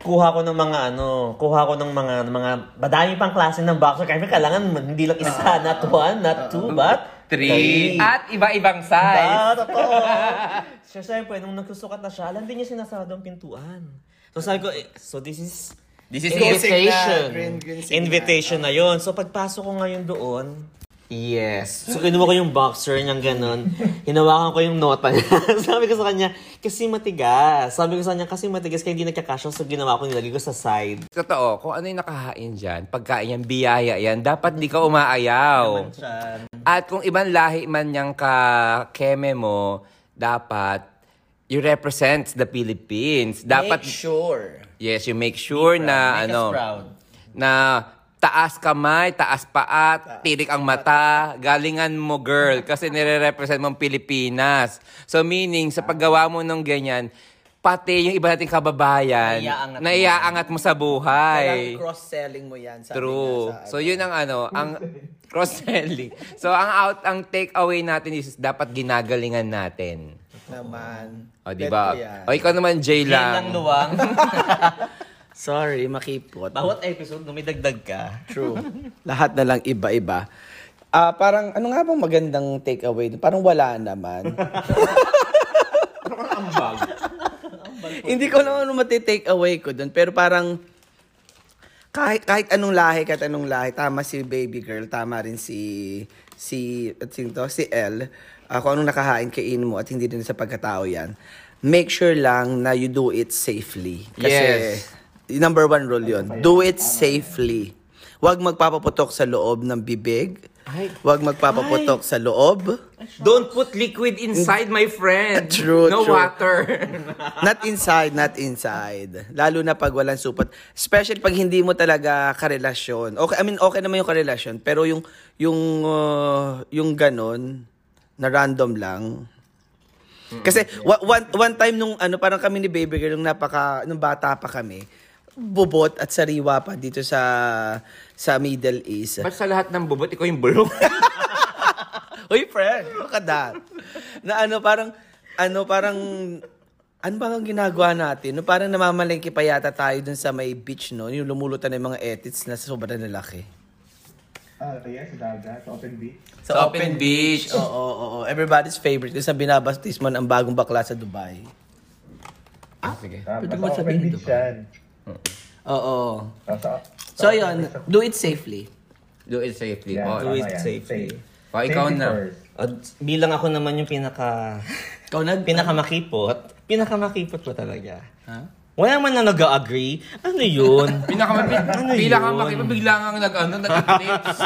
Speaker 2: kuha ko ng mga ano, kuha ko ng mga, ng mga, madami pang klase ng boxer. Kasi kailangan hindi lang isa, not one, not two, but
Speaker 4: Ah. Three. At iba-ibang size.
Speaker 2: Ah, totoo. *laughs* so, syempre, nung nagsusukat na siya, alam din niya sinasarado ang pintuan. So, sabi ko, eh, so this is
Speaker 4: This is
Speaker 1: Green signal.
Speaker 4: invitation.
Speaker 1: Green, green signal.
Speaker 2: invitation na yon. So, pagpasok ko ngayon doon, Yes. So, *laughs* kinuha ko yung boxer niyang ganun. Hinawakan ko yung nota niya. *laughs* Sabi ko sa kanya, kasi matigas. Sabi ko sa kanya, kasi matigas kaya hindi nagkakasya. So, ginawa ko, nilagay ko sa side.
Speaker 4: Totoo, kung ano yung nakahain dyan, pagkain yan, biyaya yan, dapat di ka umaayaw.
Speaker 2: Siya.
Speaker 4: At kung ibang lahi man niyang ka-keme mo, dapat you represent the Philippines. Dapat,
Speaker 1: Make sure.
Speaker 4: yes, you make sure na,
Speaker 2: Make us
Speaker 4: ano,
Speaker 2: proud.
Speaker 4: na taas kamay, taas paa, tirik ang mata, galingan mo girl, kasi nire-represent mong Pilipinas. So meaning, sa paggawa mo ng ganyan, pati yung iba nating kababayan,
Speaker 2: Naiaangat mo.
Speaker 4: naiaangat mo sa buhay.
Speaker 1: Kailangan cross-selling mo yan. Sabi
Speaker 4: True.
Speaker 1: Nga, sa,
Speaker 4: So yun ang ano, ang *laughs* cross-selling. So ang out ang take away natin is dapat ginagalingan natin.
Speaker 1: Naman.
Speaker 4: O di ba?
Speaker 1: Bet ko yan.
Speaker 4: O ikaw naman Jay
Speaker 2: Yan lang
Speaker 4: lang.
Speaker 2: luwang.
Speaker 1: Sorry, makipot.
Speaker 2: *laughs* Bawat episode, dumidagdag ka.
Speaker 1: True. *laughs* Lahat na lang iba-iba. Ah, parang ano nga bang magandang takeaway? Parang wala *laughs* naman. *laughs* Hindi ko naman ano take away ko doon, pero parang kahit kahit anong lahi, kahit anong lahi, tama si baby girl, tama rin si si at sino to, si L. Ako anong nakahain kainin mo at hindi din sa pagkatao 'yan. Make sure lang na you do it safely. Kasi
Speaker 4: Yes.
Speaker 1: number one rule 'yon. Do it safely. Huwag magpapaputok sa loob ng bibig. Huwag magpapaputok sa loob.
Speaker 4: Don't put liquid inside my friend.
Speaker 1: *laughs* True,
Speaker 4: no
Speaker 1: true.
Speaker 4: water. *laughs*
Speaker 1: Not inside, not inside. Lalo na pag walang supat. Especially pag hindi mo talaga karelasyon. Okay, I mean, okay naman yung karelasyon. Pero yung, yung, uh, yung ganon, na random lang. Kasi wa- one, one time nung ano, parang kami ni Baby Girl, nung napaka, nung bata pa kami, bubot at sariwa pa dito sa sa Middle East.
Speaker 4: Ba't sa lahat ng bubot, ikaw yung bulok?
Speaker 1: Uy, friend, look at that. Na ano, parang, ano, parang, ano ba ang ginagawa natin? No, parang namamalengke pa yata tayo dun sa may beach, no? Yung lumulutan ng mga etits na sobrang lalaki.
Speaker 3: Ah, yes, dagat, open beach.
Speaker 4: *laughs* Sa open beach.
Speaker 1: Oo, oo, oo. Everybody's favorite. Kasi binabastis mo ang bagong bakla sa Dubai.
Speaker 4: Ah, sige.
Speaker 3: Ah,
Speaker 1: Pwede
Speaker 3: basta
Speaker 1: mo
Speaker 3: ako
Speaker 1: sabihin,
Speaker 3: may
Speaker 1: di ba?
Speaker 3: bitchan.
Speaker 1: Oo.
Speaker 3: Basta-
Speaker 1: So yun, do it safely.
Speaker 4: Do it safely.
Speaker 3: Yeah,
Speaker 4: Oh,
Speaker 2: do
Speaker 3: tama
Speaker 2: it
Speaker 3: yan.
Speaker 2: safely.
Speaker 3: Safe.
Speaker 4: Oh, ikaw
Speaker 3: Safety
Speaker 4: na.
Speaker 3: first.
Speaker 2: At bilang ako naman yung pinaka
Speaker 1: Ikaw nag...
Speaker 2: pinakamakipot, pinakamakipot ko talaga.
Speaker 1: Ha?
Speaker 2: Wala man na nag-agree. Ano yun?
Speaker 4: *laughs* Pinakamapit.
Speaker 2: Ano
Speaker 4: Bila ka
Speaker 2: yun?
Speaker 4: makita, bigla kang nag, ano, nag-eclipse.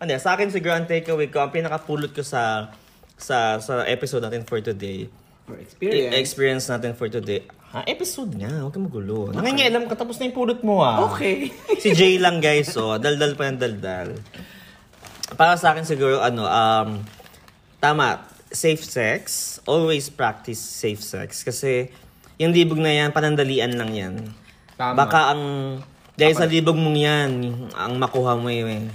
Speaker 2: Ano, sa akin siguro ang takeaway ko, ang pinakapulot ko sa sa sa episode natin for today. i-
Speaker 1: For ano? experience.
Speaker 2: Experience natin for today. Ha, episode nga, huwag kang magulo. Nangingialam ka, tapos na yung pulot mo ah.
Speaker 1: Okay.
Speaker 2: si Jay lang guys, oh. Daldal pa yung daldal. Para sa akin siguro, ano, um, tama, safe sex. Always practice safe sex. Kasi yung libog na yan, panandalian lang yan.
Speaker 4: Tama.
Speaker 2: Baka ang, dahil sa libog mong yan, ang makuha mo yun. eh.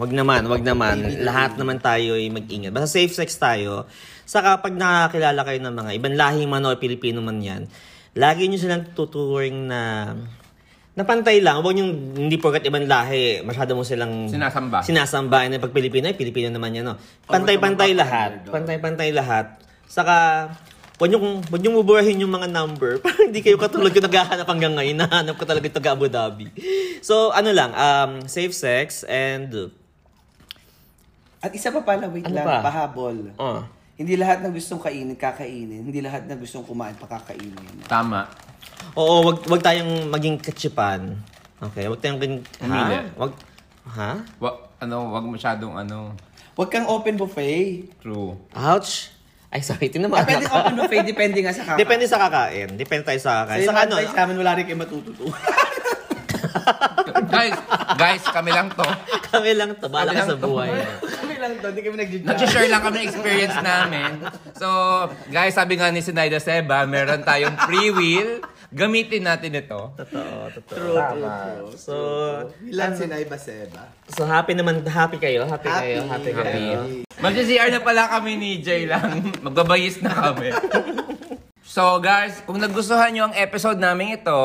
Speaker 2: Wag naman, wag naman. Lahat naman tayo ay mag-ingat. Basta safe sex tayo. Sa kapag nakakilala kayo ng mga ibang lahi man o Pilipino man yan, lagi nyo silang tuturing na Napantay lang. Huwag yung hindi porkat ibang lahi, masyado mo silang...
Speaker 4: Sinasamba.
Speaker 2: Sinasamba. And pag Pilipino, ay Pilipino naman yan, no? Pantay-pantay lahat. Pantay-pantay lahat. Saka, huwag niyong, huwag niyong muburahin yung mga number. *laughs* Para hindi kayo katulad yung naghahanap hanggang ngayon. Nahanap ko talaga yung taga Abu Dhabi. So, ano lang, um, safe sex and...
Speaker 5: At isa pa pala, wait
Speaker 2: Ano
Speaker 5: lang,
Speaker 2: pa?
Speaker 5: pahabol.
Speaker 2: Uh,
Speaker 5: Hindi lahat na gustong kainin, kakainin. Hindi lahat na gustong kumain, pakakainin.
Speaker 4: *laughs* Tama.
Speaker 2: oo, wag, wag tayong maging kachipan. Okay, wag tayong... gin-
Speaker 4: Umili.
Speaker 2: Ha? Wag, ha?
Speaker 4: Wa, ano, wag masyadong, ano,
Speaker 5: Huwag kang open buffet.
Speaker 4: true.
Speaker 2: Ouch! Ay, sorry,
Speaker 5: Ah,
Speaker 2: tinamaan
Speaker 5: pwede
Speaker 2: ako.
Speaker 5: open buffet, depende nga sa kaka.
Speaker 2: Depende sa kakain. Depende tayo sa kakain.
Speaker 5: Sa'yo
Speaker 2: Saka ano,
Speaker 5: naman, tayo Sa amin, wala rin kayo matututuan.
Speaker 4: guys, guys, kami lang to.
Speaker 2: kami lang to. Bahala
Speaker 4: Kami
Speaker 2: ka
Speaker 4: lang
Speaker 2: sa buhay.
Speaker 5: Kami lang to, hindi kami nag-judge.
Speaker 4: Nag-share lang kami ng experience namin. So, guys, sabi nga ni Sinaida Seba, meron tayong free will. Gamitin natin ito.
Speaker 2: totoo, totoo.
Speaker 5: True, true, true.
Speaker 2: So,
Speaker 5: Milan Sinay Baseba.
Speaker 2: so happy naman. Happy kayo? Happy, kayo? Happy kayo?
Speaker 4: Mag-CR na pala kami ni Jay lang. Magbabayis na kami. So guys, kung nagustuhan nyo ang episode namin ito,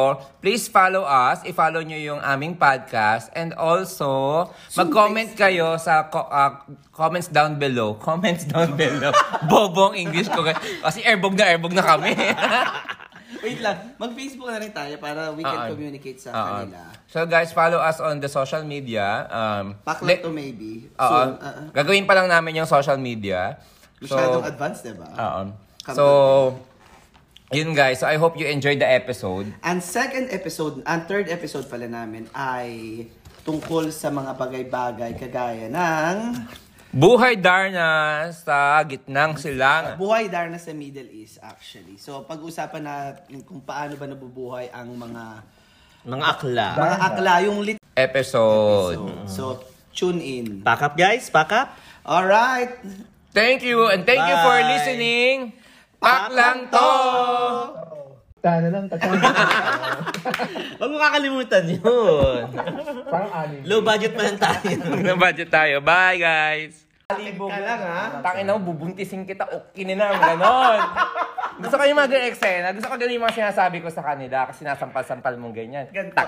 Speaker 4: please follow us, i-follow nyo yung aming podcast, and also, mag-comment kayo sa co- ah, comments down below. Comments down
Speaker 5: *laughs*
Speaker 4: below. Bobong English ko guys. Kasi airbog na airbog na kami. *laughs*
Speaker 5: Wait lang, mag-Facebook na rin tayo para we can
Speaker 4: Oo.
Speaker 5: communicate sa
Speaker 4: Oo.
Speaker 5: kanila.
Speaker 4: so guys, follow us on the social media. Um,
Speaker 5: Pakla
Speaker 4: le-
Speaker 5: to maybe.
Speaker 4: Oo.
Speaker 5: Soon, ah, ah.
Speaker 4: Gagawin pa lang namin yung social media.
Speaker 5: masyadong advanced, diba?
Speaker 4: Oo.
Speaker 5: Come
Speaker 4: So, yun guys. So, I hope you enjoyed the episode.
Speaker 5: Ang second episode, ang third episode pala namin ay tungkol sa mga bagay-bagay kagaya ng
Speaker 4: Buhay Darna sa gitnang silangan.
Speaker 5: buhay darna sa Middle East actually. So pag-usapan natin kung paano ba nabubuhay ang mga
Speaker 2: Mga akla.
Speaker 5: mga akla, yung lit.
Speaker 4: Episode.
Speaker 5: So, so tune in.
Speaker 2: Pack up guys, pack up.
Speaker 5: All right.
Speaker 4: Thank you and thank you for
Speaker 2: Bye.
Speaker 4: listening. Pak lang to!
Speaker 3: Tana lang, tatana lang.
Speaker 2: Huwag mo kakalimutan yun.
Speaker 3: Parang anime.
Speaker 2: Low budget pa lang tayo.
Speaker 4: *laughs* Nabudget tayo. Bye guys!
Speaker 5: Libo ka lang ha.
Speaker 4: Tangin na, bubuntisin kita, okay na naman, ganon. Gusto ko yung mga ganyan eksena, gusto ko ganun yung mga sinasabi ko sa kanila, kasi nasampal-sampal mong ganyan.
Speaker 5: Ganito.